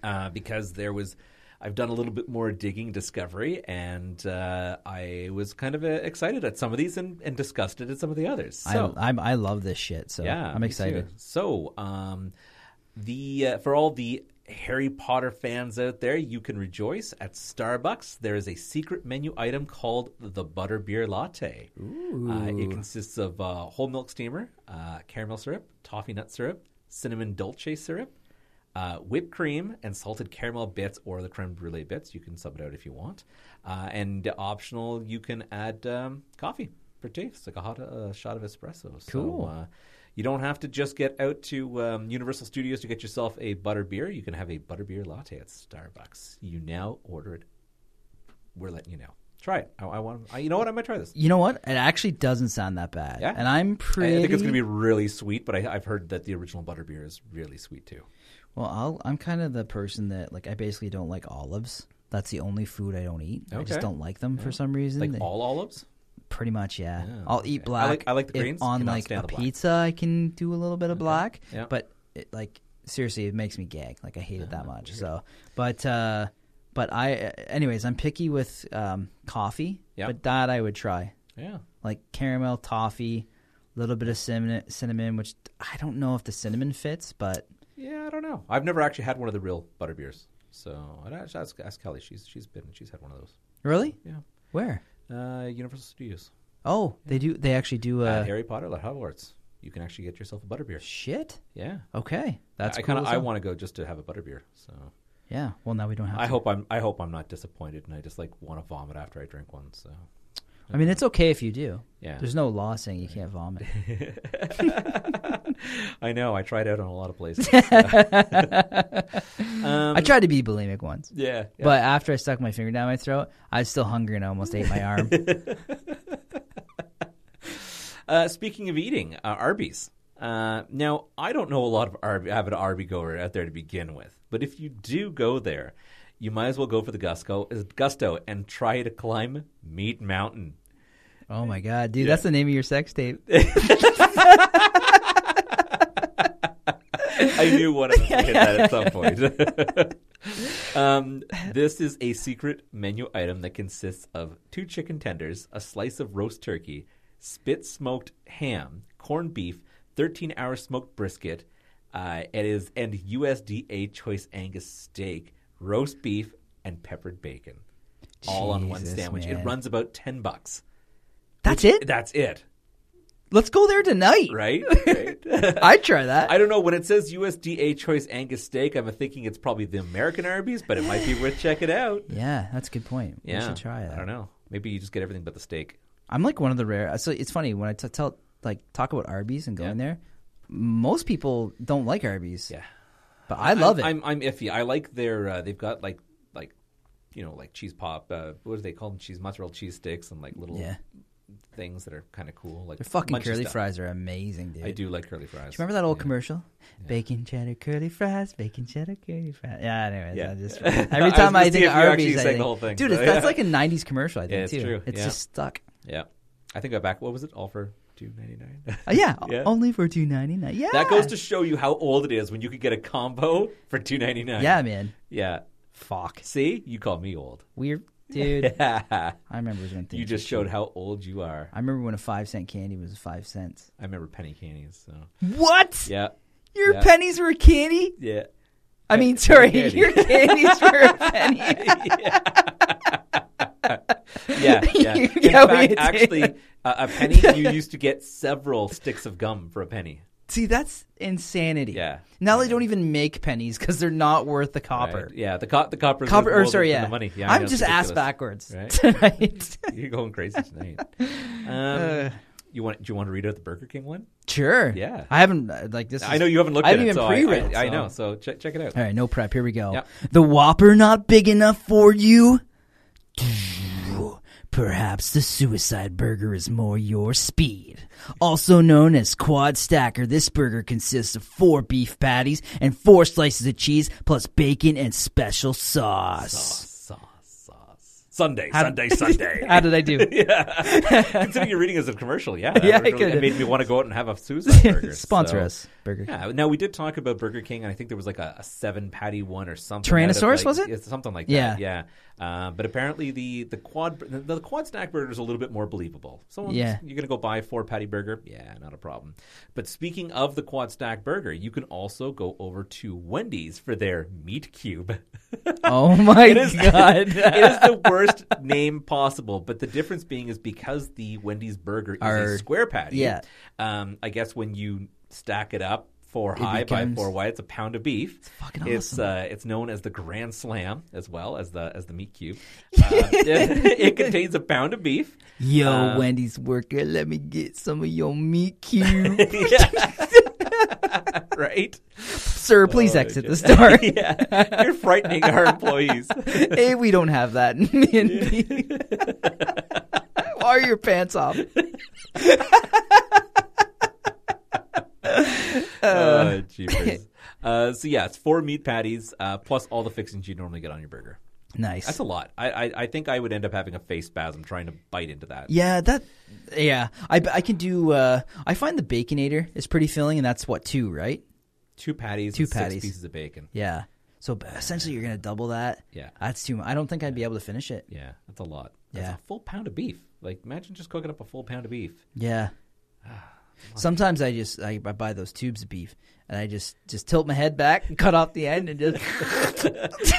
[SPEAKER 2] uh, because there was. I've done a little bit more digging discovery, and uh, I was kind of uh, excited at some of these and, and disgusted at some of the others. So,
[SPEAKER 1] I, I'm, I love this shit, so
[SPEAKER 2] Yeah,
[SPEAKER 1] I'm
[SPEAKER 2] me
[SPEAKER 1] excited.
[SPEAKER 2] too. So, um, the uh, for all the Harry Potter fans out there, you can rejoice at Starbucks. There is a secret menu item called the Butterbeer Latte. Uh, it consists of uh, whole milk steamer, uh, caramel syrup, toffee nut syrup, cinnamon dolce syrup, uh, whipped cream, and salted caramel bits or the creme brulee bits. You can sub it out if you want. Uh, and optional, you can add um, coffee for taste, like a hot uh, shot of espresso. So,
[SPEAKER 1] Cool.
[SPEAKER 2] uh, You don't have to just get out to um, Universal Studios to get yourself a butter beer. You can have a butter beer latte at Starbucks. You now order it. We're letting you know. Try it. I, I want. I, you know what? I might try this.
[SPEAKER 1] You know what? It actually doesn't sound that bad.
[SPEAKER 2] Yeah.
[SPEAKER 1] And I'm
[SPEAKER 2] I, I
[SPEAKER 1] pretty.
[SPEAKER 2] think it's going to be really sweet, but I, I've heard that the original butter beer is really sweet too.
[SPEAKER 1] Well, I'll, I'm kind of the person that like I basically don't like olives. That's the only food I don't eat. I
[SPEAKER 2] Okay.
[SPEAKER 1] just don't like them for some reason.
[SPEAKER 2] Like
[SPEAKER 1] They-
[SPEAKER 2] all olives.
[SPEAKER 1] pretty much, yeah. I'll eat
[SPEAKER 2] okay. I
[SPEAKER 1] black.
[SPEAKER 2] like- I like the
[SPEAKER 1] If
[SPEAKER 2] greens,
[SPEAKER 1] on
[SPEAKER 2] cannot
[SPEAKER 1] like
[SPEAKER 2] stand
[SPEAKER 1] a
[SPEAKER 2] the black.
[SPEAKER 1] pizza. I can do a little bit of black,
[SPEAKER 2] yeah.
[SPEAKER 1] but it, like seriously, it makes me gag. Like I hate it
[SPEAKER 2] Uh-huh.
[SPEAKER 1] that much. So, but uh, but I, anyways, I'm picky with um, coffee.
[SPEAKER 2] Yeah.
[SPEAKER 1] But that I would try
[SPEAKER 2] Yeah.
[SPEAKER 1] like caramel toffee, a little bit of cinnamon, cinnamon, which I don't know if the cinnamon fits, but
[SPEAKER 2] Yeah, I don't know. I've never actually had one of the real butter beers. So I'd ask, ask, ask Kelly. She's she's been she's had one of those.
[SPEAKER 1] really,
[SPEAKER 2] Yeah.
[SPEAKER 1] where?
[SPEAKER 2] Uh, Universal Studios.
[SPEAKER 1] Oh, they do. They actually do. Uh,
[SPEAKER 2] At Harry Potter at Hogwarts. You can actually get yourself a butter beer.
[SPEAKER 1] shit.
[SPEAKER 2] Yeah.
[SPEAKER 1] Okay, that's
[SPEAKER 2] I
[SPEAKER 1] cool
[SPEAKER 2] kind of
[SPEAKER 1] as
[SPEAKER 2] I
[SPEAKER 1] hell.
[SPEAKER 2] want to go just to have a butter beer. So
[SPEAKER 1] Yeah. Well, now we don't have.
[SPEAKER 2] I
[SPEAKER 1] to.
[SPEAKER 2] hope I'm I hope I'm not disappointed and I just like want to vomit after I drink one. So
[SPEAKER 1] I mean, it's okay if you do.
[SPEAKER 2] Yeah.
[SPEAKER 1] There's no law saying you can't vomit.
[SPEAKER 2] I know I tried out on a lot of places.
[SPEAKER 1] I tried to be bulimic once,
[SPEAKER 2] yeah. Um, yeah.
[SPEAKER 1] but after I stuck my finger down my throat, I was still hungry and I almost ate my arm.
[SPEAKER 2] Uh, speaking of eating, uh, Arby's. Uh, now, I don't know a lot of Arby, avid Arby goer out there to begin with, but if you do go there, you might as well go for the gusto, gusto and try to climb Meat Mountain.
[SPEAKER 1] Oh my god, dude, that's the name of your sex tape.
[SPEAKER 2] I knew one of us would hit that at some point. um, this is a secret menu item that consists of two chicken tenders, a slice of roast turkey, spit smoked ham, corned beef, 13 hour smoked brisket, uh, it is, and USDA choice Angus steak, roast beef, and peppered bacon. All on one
[SPEAKER 1] Jesus,
[SPEAKER 2] sandwich. It
[SPEAKER 1] man.
[SPEAKER 2] runs about 10 bucks.
[SPEAKER 1] That's it.
[SPEAKER 2] That's it,
[SPEAKER 1] Let's go there tonight.
[SPEAKER 2] right? right?
[SPEAKER 1] I'd try that.
[SPEAKER 2] I don't know. When it says USDA choice Angus steak, I'm thinking it's probably the American Arby's, but it might be worth checking out.
[SPEAKER 1] yeah, that's a good point.
[SPEAKER 2] Yeah,
[SPEAKER 1] we should try that.
[SPEAKER 2] I don't know. Maybe you just get everything but the steak.
[SPEAKER 1] I'm like one of the rare. So it's funny when I t- tell like talk about Arby's and going there. Most people don't like Arby's.
[SPEAKER 2] Yeah.
[SPEAKER 1] but I love it.
[SPEAKER 2] I'm, I'm iffy. I like their. Uh, they've got like like you know like cheese pop. Uh, what do they call them? Cheese mozzarella cheese sticks and like little
[SPEAKER 1] Yeah.
[SPEAKER 2] things that are kind of cool. Like
[SPEAKER 1] Their fucking
[SPEAKER 2] munchy
[SPEAKER 1] curly
[SPEAKER 2] stuff.
[SPEAKER 1] fries are amazing, dude.
[SPEAKER 2] I do like curly fries.
[SPEAKER 1] Remember that old commercial? Bacon cheddar curly fries, bacon cheddar curly fries. Yeah, anyways,
[SPEAKER 2] Yeah.
[SPEAKER 1] I just
[SPEAKER 2] I
[SPEAKER 1] every
[SPEAKER 2] was
[SPEAKER 1] time
[SPEAKER 2] gonna
[SPEAKER 1] I,
[SPEAKER 2] see
[SPEAKER 1] think
[SPEAKER 2] if you actually
[SPEAKER 1] Arby's, I
[SPEAKER 2] sang
[SPEAKER 1] think,
[SPEAKER 2] the whole thing,
[SPEAKER 1] dude,
[SPEAKER 2] so-
[SPEAKER 1] it's, that's like a '90s commercial. I think
[SPEAKER 2] Yeah, it's
[SPEAKER 1] too.
[SPEAKER 2] true,
[SPEAKER 1] It's
[SPEAKER 2] yeah.
[SPEAKER 1] just stuck.
[SPEAKER 2] Yeah, I think I back. What was it? All for two ninety nine.
[SPEAKER 1] Uh, yeah,
[SPEAKER 2] Yeah.
[SPEAKER 1] only for two ninety nine. Yeah,
[SPEAKER 2] That goes to show you how old it is when you could get a combo for two ninety nine.
[SPEAKER 1] yeah, man.
[SPEAKER 2] yeah.
[SPEAKER 1] Fuck,
[SPEAKER 2] See, you call me old.
[SPEAKER 1] weird, dude. I remember when things.
[SPEAKER 2] you just showed how old you are.
[SPEAKER 1] I remember when a five cent candy was five cents.
[SPEAKER 2] I remember penny candies. So
[SPEAKER 1] What?
[SPEAKER 2] yeah,
[SPEAKER 1] Your
[SPEAKER 2] Yeah.
[SPEAKER 1] pennies were a candy?
[SPEAKER 2] yeah.
[SPEAKER 1] I mean, sorry,
[SPEAKER 2] candy.
[SPEAKER 1] your candies were a penny.
[SPEAKER 2] Yeah, yeah. In
[SPEAKER 1] Yeah, we
[SPEAKER 2] fact,
[SPEAKER 1] did.
[SPEAKER 2] actually, uh, a penny you used to get several sticks of gum for a penny.
[SPEAKER 1] See, that's insanity.
[SPEAKER 2] Yeah.
[SPEAKER 1] Now they don't even make pennies because they're not worth the copper.
[SPEAKER 2] Right? Yeah, the co- the copper
[SPEAKER 1] Copper, or
[SPEAKER 2] worth
[SPEAKER 1] sorry,
[SPEAKER 2] more
[SPEAKER 1] yeah.
[SPEAKER 2] than the money. Yeah, I know,
[SPEAKER 1] I'm
[SPEAKER 2] it's
[SPEAKER 1] just ass
[SPEAKER 2] ridiculous.
[SPEAKER 1] backwards
[SPEAKER 2] Right?
[SPEAKER 1] tonight.
[SPEAKER 2] You're going crazy tonight. Um,
[SPEAKER 1] Uh,
[SPEAKER 2] you want? Do you want to read out the Burger King one?
[SPEAKER 1] sure.
[SPEAKER 2] Yeah.
[SPEAKER 1] I haven't uh, like this.
[SPEAKER 2] I
[SPEAKER 1] is-
[SPEAKER 2] know you haven't looked
[SPEAKER 1] I
[SPEAKER 2] at
[SPEAKER 1] haven't
[SPEAKER 2] it.
[SPEAKER 1] even
[SPEAKER 2] so I-
[SPEAKER 1] pre-read.
[SPEAKER 2] I, I
[SPEAKER 1] so-
[SPEAKER 2] know. So check check it out.
[SPEAKER 1] All right, no prep. Here we go.
[SPEAKER 2] Yep.
[SPEAKER 1] The Whopper not big enough for you. Perhaps the suicide burger is more your speed. Also known as quad stacker, this burger consists of four beef patties and four slices of cheese, plus bacon and special sauce.
[SPEAKER 2] Sauce, sauce. Sunday, Sunday, Sunday.
[SPEAKER 1] How did I do?
[SPEAKER 2] Considering you're reading as a commercial, yeah,
[SPEAKER 1] Yeah, I
[SPEAKER 2] that really-
[SPEAKER 1] could.
[SPEAKER 2] it made me want to go out and have a suicide burger.
[SPEAKER 1] Sponsor
[SPEAKER 2] so-
[SPEAKER 1] us, Burger King.
[SPEAKER 2] Yeah, now we did talk about Burger King, and I think there was like a, a seven patty one or something.
[SPEAKER 1] Tyrannosaurus,
[SPEAKER 2] out of, like-
[SPEAKER 1] was it?
[SPEAKER 2] yeah, Something like
[SPEAKER 1] Yeah.
[SPEAKER 2] that. Yeah, Uh, but apparently the the quad the, the quad snack burger is a little bit more believable. So
[SPEAKER 1] Yeah.
[SPEAKER 2] you're gonna go buy a four patty burger, yeah, not a problem. But speaking of the quad stack burger, you can also go over to Wendy's for their meat cube.
[SPEAKER 1] Oh my
[SPEAKER 2] It is
[SPEAKER 1] god.
[SPEAKER 2] it is the worst name possible. But the difference being is because the Wendy's burger is
[SPEAKER 1] Are-
[SPEAKER 2] a square patty.
[SPEAKER 1] yeah.
[SPEAKER 2] Um, I guess when you stack it up four high by
[SPEAKER 1] becomes-
[SPEAKER 2] four wide, it's a pound of beef. It's
[SPEAKER 1] fucking
[SPEAKER 2] It's
[SPEAKER 1] awesome.
[SPEAKER 2] uh, it's known as the Grand Slam as well as the as the meat cube. Uh, it, it contains a pound of beef. Uh,
[SPEAKER 1] Yo, Wendy's worker, let me get some of your meat cube.
[SPEAKER 2] Yeah. right?
[SPEAKER 1] Sir, please
[SPEAKER 2] Oh,
[SPEAKER 1] exit the
[SPEAKER 2] just-
[SPEAKER 1] store.
[SPEAKER 2] yeah, you're frightening our employees.
[SPEAKER 1] hey, we don't have that in B&B. Why are your pants off?
[SPEAKER 2] Uh, jeepers. Uh, so yeah, it's four meat patties uh, plus all the fixings you normally get on your burger.
[SPEAKER 1] Nice.
[SPEAKER 2] That's a lot. I, I I think I would end up having a face spasm trying to bite into that.
[SPEAKER 1] yeah, that. Yeah, I, I can do. Uh, I find the baconator is pretty filling, and that's what two, right?
[SPEAKER 2] Two patties,
[SPEAKER 1] Two
[SPEAKER 2] and six
[SPEAKER 1] patties.
[SPEAKER 2] pieces of bacon.
[SPEAKER 1] Yeah. So b- essentially, you're gonna double that.
[SPEAKER 2] Yeah.
[SPEAKER 1] That's too. mu- I don't think I'd be able to finish it.
[SPEAKER 2] Yeah, that's a lot. That's
[SPEAKER 1] Yeah.
[SPEAKER 2] a full pound of beef. Like imagine just cooking up a full pound of beef.
[SPEAKER 1] Yeah.
[SPEAKER 2] Ah,
[SPEAKER 1] Sometimes I just I, I buy those tubes of beef and I just just tilt my head back, cut off the end, and just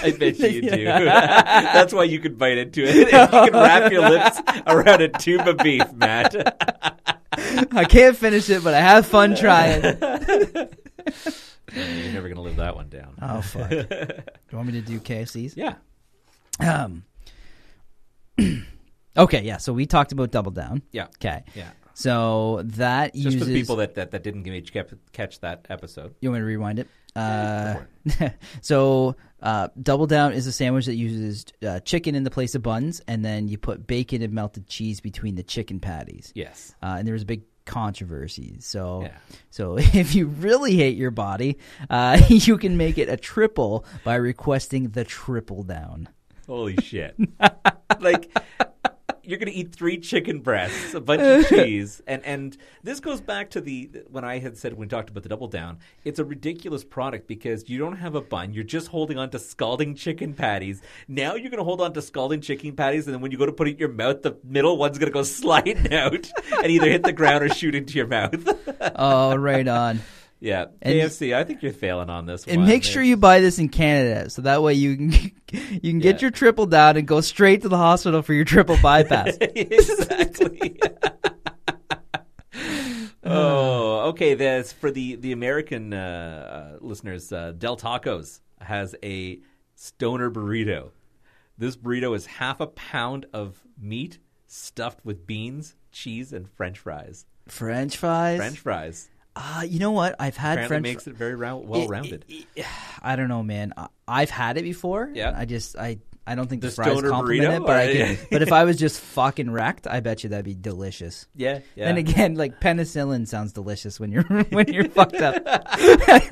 [SPEAKER 2] I bet you do. That's why you could bite into it. If you could wrap your lips around a tube of beef, Matt.
[SPEAKER 1] I can't finish it, but I have fun trying.
[SPEAKER 2] You're never gonna live that one down.
[SPEAKER 1] Oh fuck! Do you want me to do KFCs?
[SPEAKER 2] yeah.
[SPEAKER 1] Um. okay, yeah. So we talked about double down.
[SPEAKER 2] Yeah.
[SPEAKER 1] Okay.
[SPEAKER 2] Yeah.
[SPEAKER 1] So that
[SPEAKER 2] Just
[SPEAKER 1] uses.
[SPEAKER 2] for the people that, that, that didn't get- catch, catch that episode.
[SPEAKER 1] You want me to rewind it?
[SPEAKER 2] Yeah, go
[SPEAKER 1] Uh, so, uh, double down is a sandwich that uses uh, chicken in the place of buns, and then you put bacon and melted cheese between the chicken patties.
[SPEAKER 2] Yes.
[SPEAKER 1] Uh, and there was a big controversy. So,
[SPEAKER 2] Yeah.
[SPEAKER 1] so if you really hate your body, uh, you can make it a triple by requesting the triple down.
[SPEAKER 2] Holy shit. like you're going to eat three chicken breasts, a bunch of cheese, and and this goes back to the when I had said when we talked about the double down, it's a ridiculous product because you don't have a bun, you're just holding on to scalding chicken patties. Now you're going to hold on to scalding chicken patties and then when you go to put it in your mouth, the middle one's going to go sliding out and either hit the ground or shoot into your mouth.
[SPEAKER 1] Oh, right on.
[SPEAKER 2] yeah.
[SPEAKER 1] And-
[SPEAKER 2] KFC, I think you're failing on this
[SPEAKER 1] And
[SPEAKER 2] one.
[SPEAKER 1] make sure
[SPEAKER 2] It's-
[SPEAKER 1] you buy this in Canada, so that way you can you can get
[SPEAKER 2] Yeah.
[SPEAKER 1] your triple down and go straight to the hospital for your triple bypass.
[SPEAKER 2] exactly. oh, okay. That's for the the American uh, uh, listeners. Uh, Del Tacos has a stoner burrito. This burrito is half a pound of meat stuffed with beans, cheese, and French fries.
[SPEAKER 1] French fries.
[SPEAKER 2] French fries
[SPEAKER 1] Uh, you know what? I've had
[SPEAKER 2] apparently makes
[SPEAKER 1] French.
[SPEAKER 2] it very round,
[SPEAKER 1] fri-
[SPEAKER 2] well rounded.
[SPEAKER 1] I don't know, man. I, I've had it before.
[SPEAKER 2] Yeah.
[SPEAKER 1] I just I I don't think the,
[SPEAKER 2] The
[SPEAKER 1] fries
[SPEAKER 2] stoner
[SPEAKER 1] compliment
[SPEAKER 2] burrito?
[SPEAKER 1] it, but I
[SPEAKER 2] Yeah.
[SPEAKER 1] can, but if I was just fucking wrecked, I bet you that'd be delicious.
[SPEAKER 2] Yeah, yeah.
[SPEAKER 1] Then again, like penicillin sounds delicious when you're when you're fucked up.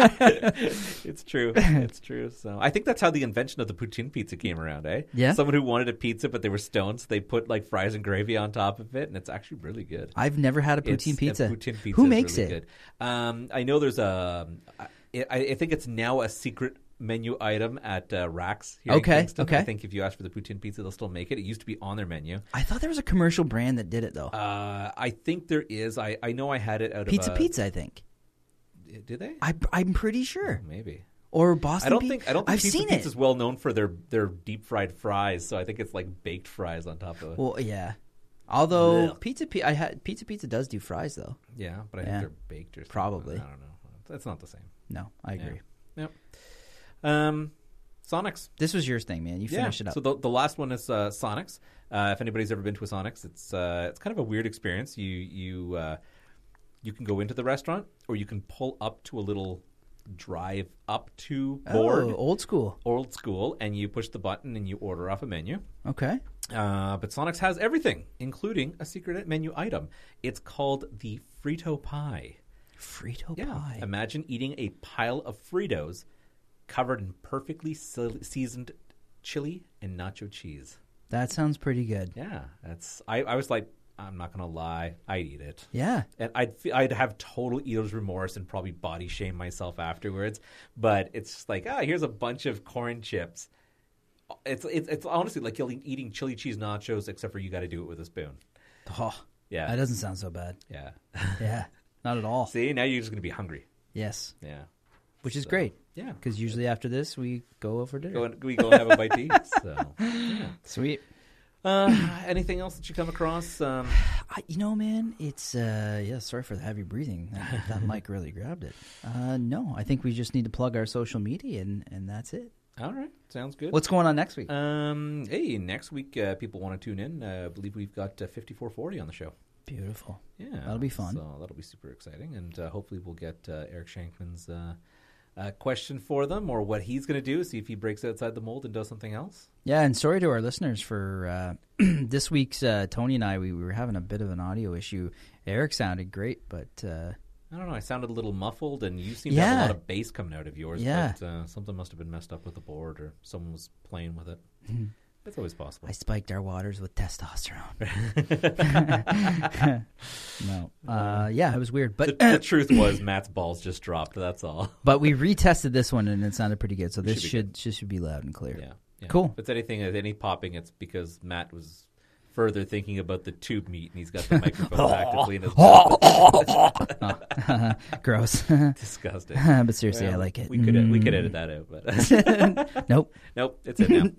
[SPEAKER 2] It's true. It's true. So I think that's how the invention of the poutine pizza came around, eh?
[SPEAKER 1] Yeah.
[SPEAKER 2] Someone who wanted a pizza but they were stoned, so they put like fries and gravy on top of it, and it's actually really good.
[SPEAKER 1] I've never had a
[SPEAKER 2] It's-
[SPEAKER 1] poutine
[SPEAKER 2] and
[SPEAKER 1] pizza.
[SPEAKER 2] Poutine pizza.
[SPEAKER 1] Who
[SPEAKER 2] is
[SPEAKER 1] makes
[SPEAKER 2] really
[SPEAKER 1] it?
[SPEAKER 2] Good. Um, I know there's a. I, I think it's now a secret menu item at uh, Racks. Here in
[SPEAKER 1] Okay,
[SPEAKER 2] Kingston.
[SPEAKER 1] okay.
[SPEAKER 2] I think if you ask for the poutine pizza, they'll still make it. It used to be on their menu.
[SPEAKER 1] I thought there was a commercial brand that did it though.
[SPEAKER 2] Uh, I think there is. I, I know I had it out
[SPEAKER 1] pizza
[SPEAKER 2] of a-
[SPEAKER 1] Pizza, I think.
[SPEAKER 2] Did they?
[SPEAKER 1] I, I'm pretty sure.
[SPEAKER 2] Maybe.
[SPEAKER 1] Or Boston.
[SPEAKER 2] I don't
[SPEAKER 1] Pi-
[SPEAKER 2] think I don't think
[SPEAKER 1] I've
[SPEAKER 2] Pizza
[SPEAKER 1] seen
[SPEAKER 2] Pizza
[SPEAKER 1] it.
[SPEAKER 2] is well known for their their deep fried fries, so I think it's like baked fries on top of it.
[SPEAKER 1] Well, yeah. Although
[SPEAKER 2] Blech.
[SPEAKER 1] pizza, Pi- I had pizza pizza does do fries though.
[SPEAKER 2] yeah, but I
[SPEAKER 1] yeah.
[SPEAKER 2] think they're baked or something.
[SPEAKER 1] Probably.
[SPEAKER 2] I don't know. That's not the same.
[SPEAKER 1] No, I agree.
[SPEAKER 2] Yep. Um, Sonics.
[SPEAKER 1] This was your thing, man. You finished it up.
[SPEAKER 2] So the, the last one is uh, Sonics. Uh, if anybody's ever been to a Sonics, it's uh, it's kind of a weird experience. You you uh, you can go into the restaurant, or you can pull up to a little drive up to board,
[SPEAKER 1] Oh, old school.
[SPEAKER 2] old school, and you push the button and you order off a menu.
[SPEAKER 1] Okay.
[SPEAKER 2] Uh, but Sonics has everything, including a secret menu item. It's called the Frito Pie.
[SPEAKER 1] Frito
[SPEAKER 2] Yeah.
[SPEAKER 1] pie.
[SPEAKER 2] Imagine eating a pile of Fritos covered in perfectly se- seasoned chili and nacho cheese.
[SPEAKER 1] That sounds pretty good.
[SPEAKER 2] Yeah, that's. I, I was like, I'm not gonna lie, I'd eat it.
[SPEAKER 1] Yeah.
[SPEAKER 2] And I'd fe- I'd have total eater's remorse and probably body shame myself afterwards. But it's just like ah, here's a bunch of corn chips. It's it's, it's honestly like you're eating chili cheese nachos, except for you got to do it with a spoon.
[SPEAKER 1] Oh,
[SPEAKER 2] Yeah.
[SPEAKER 1] That doesn't sound so bad.
[SPEAKER 2] Yeah.
[SPEAKER 1] Yeah. Not at all.
[SPEAKER 2] See, now you're just going to be hungry.
[SPEAKER 1] Yes.
[SPEAKER 2] Yeah.
[SPEAKER 1] Which is
[SPEAKER 2] So,
[SPEAKER 1] great.
[SPEAKER 2] yeah.
[SPEAKER 1] Because usually after this, we go over dinner.
[SPEAKER 2] Go and, we go and have a bite to eat. So.
[SPEAKER 1] Sweet.
[SPEAKER 2] Uh, anything else that you come across? Um,
[SPEAKER 1] I, you know, man, it's, uh, yeah, sorry for the heavy breathing. That, that mic really grabbed it. Uh, no, I think we just need to plug our social media and, and that's it.
[SPEAKER 2] all right. Sounds good.
[SPEAKER 1] What's going on next week?
[SPEAKER 2] Um, hey, next week uh, people want to tune in. Uh, I believe we've got uh, 5440 uh, on the show.
[SPEAKER 1] Beautiful.
[SPEAKER 2] Yeah,
[SPEAKER 1] That'll be fun.
[SPEAKER 2] So that'll be super exciting, and uh, hopefully we'll get uh, Eric Shankman's uh, uh, question for them, or what he's going to do. See if he breaks outside the mold and does something else.
[SPEAKER 1] Yeah, and sorry to our listeners for uh, this week's uh, Tony and I. We, we were having a bit of an audio issue. Eric sounded great, but uh,
[SPEAKER 2] I don't know. I sounded a little muffled, and you seem to have a
[SPEAKER 1] Yeah.
[SPEAKER 2] lot of bass coming out of yours.
[SPEAKER 1] Yeah.
[SPEAKER 2] But, uh, something must have been messed up with the board, or someone was playing with it. That's always possible.
[SPEAKER 1] Hmm. I spiked our waters with testosterone. no, uh, yeah, it was
[SPEAKER 2] the,
[SPEAKER 1] weird, but
[SPEAKER 2] the truth was, Matt's balls just dropped. That's all.
[SPEAKER 1] but we retested this one and it sounded pretty good. So
[SPEAKER 2] should
[SPEAKER 1] this
[SPEAKER 2] be
[SPEAKER 1] should should, should be loud and clear.
[SPEAKER 2] Yeah. yeah.
[SPEAKER 1] Cool.
[SPEAKER 2] If it's anything, if any popping, it's because Matt was further thinking about the tube meat, and he's got the microphone actively in his mouth.
[SPEAKER 1] Gross,
[SPEAKER 2] Disgusting.
[SPEAKER 1] but seriously, I
[SPEAKER 2] Well,
[SPEAKER 1] like it. Mm.
[SPEAKER 2] We could uh, we could edit that out, but
[SPEAKER 1] Nope.
[SPEAKER 2] nope, it's it now.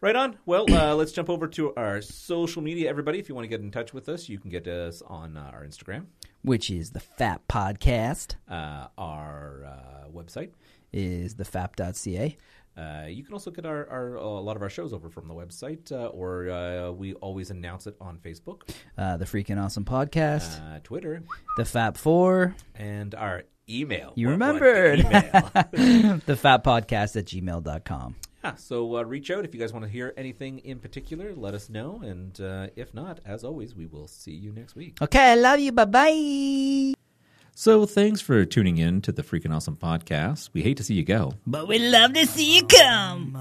[SPEAKER 2] Right on. Well, uh, let's jump over to our social media, everybody. If you want to get in touch with us, you can get us on uh, our Instagram,
[SPEAKER 1] Which is the Fap Podcast
[SPEAKER 2] uh, our uh, website.
[SPEAKER 1] is the Fap.ca.
[SPEAKER 2] Uh, you can also get our, our a lot of our shows over from the website, uh, or uh, we always announce it on Facebook,
[SPEAKER 1] Uh, the freaking awesome podcast,
[SPEAKER 2] uh, Twitter,
[SPEAKER 1] the Fap Four,
[SPEAKER 2] and our email.
[SPEAKER 1] You
[SPEAKER 2] What- what
[SPEAKER 1] remembered.
[SPEAKER 2] email?
[SPEAKER 1] the Fap Podcast at gmail.com.
[SPEAKER 2] Yeah, so uh, reach out if you guys want to hear anything in particular. Let us know, and uh, if not, as always, we will see you next week.
[SPEAKER 1] Okay, I love you. Bye bye.
[SPEAKER 2] So, thanks for tuning in to the Freaking Awesome Podcast. We hate to see you go.
[SPEAKER 4] But we love to see you come.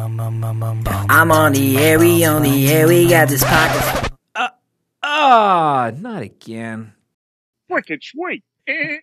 [SPEAKER 4] I'm on the air, we on the air, we got this pocket.
[SPEAKER 2] Ah, not again.
[SPEAKER 5] wicked sweet. Eh.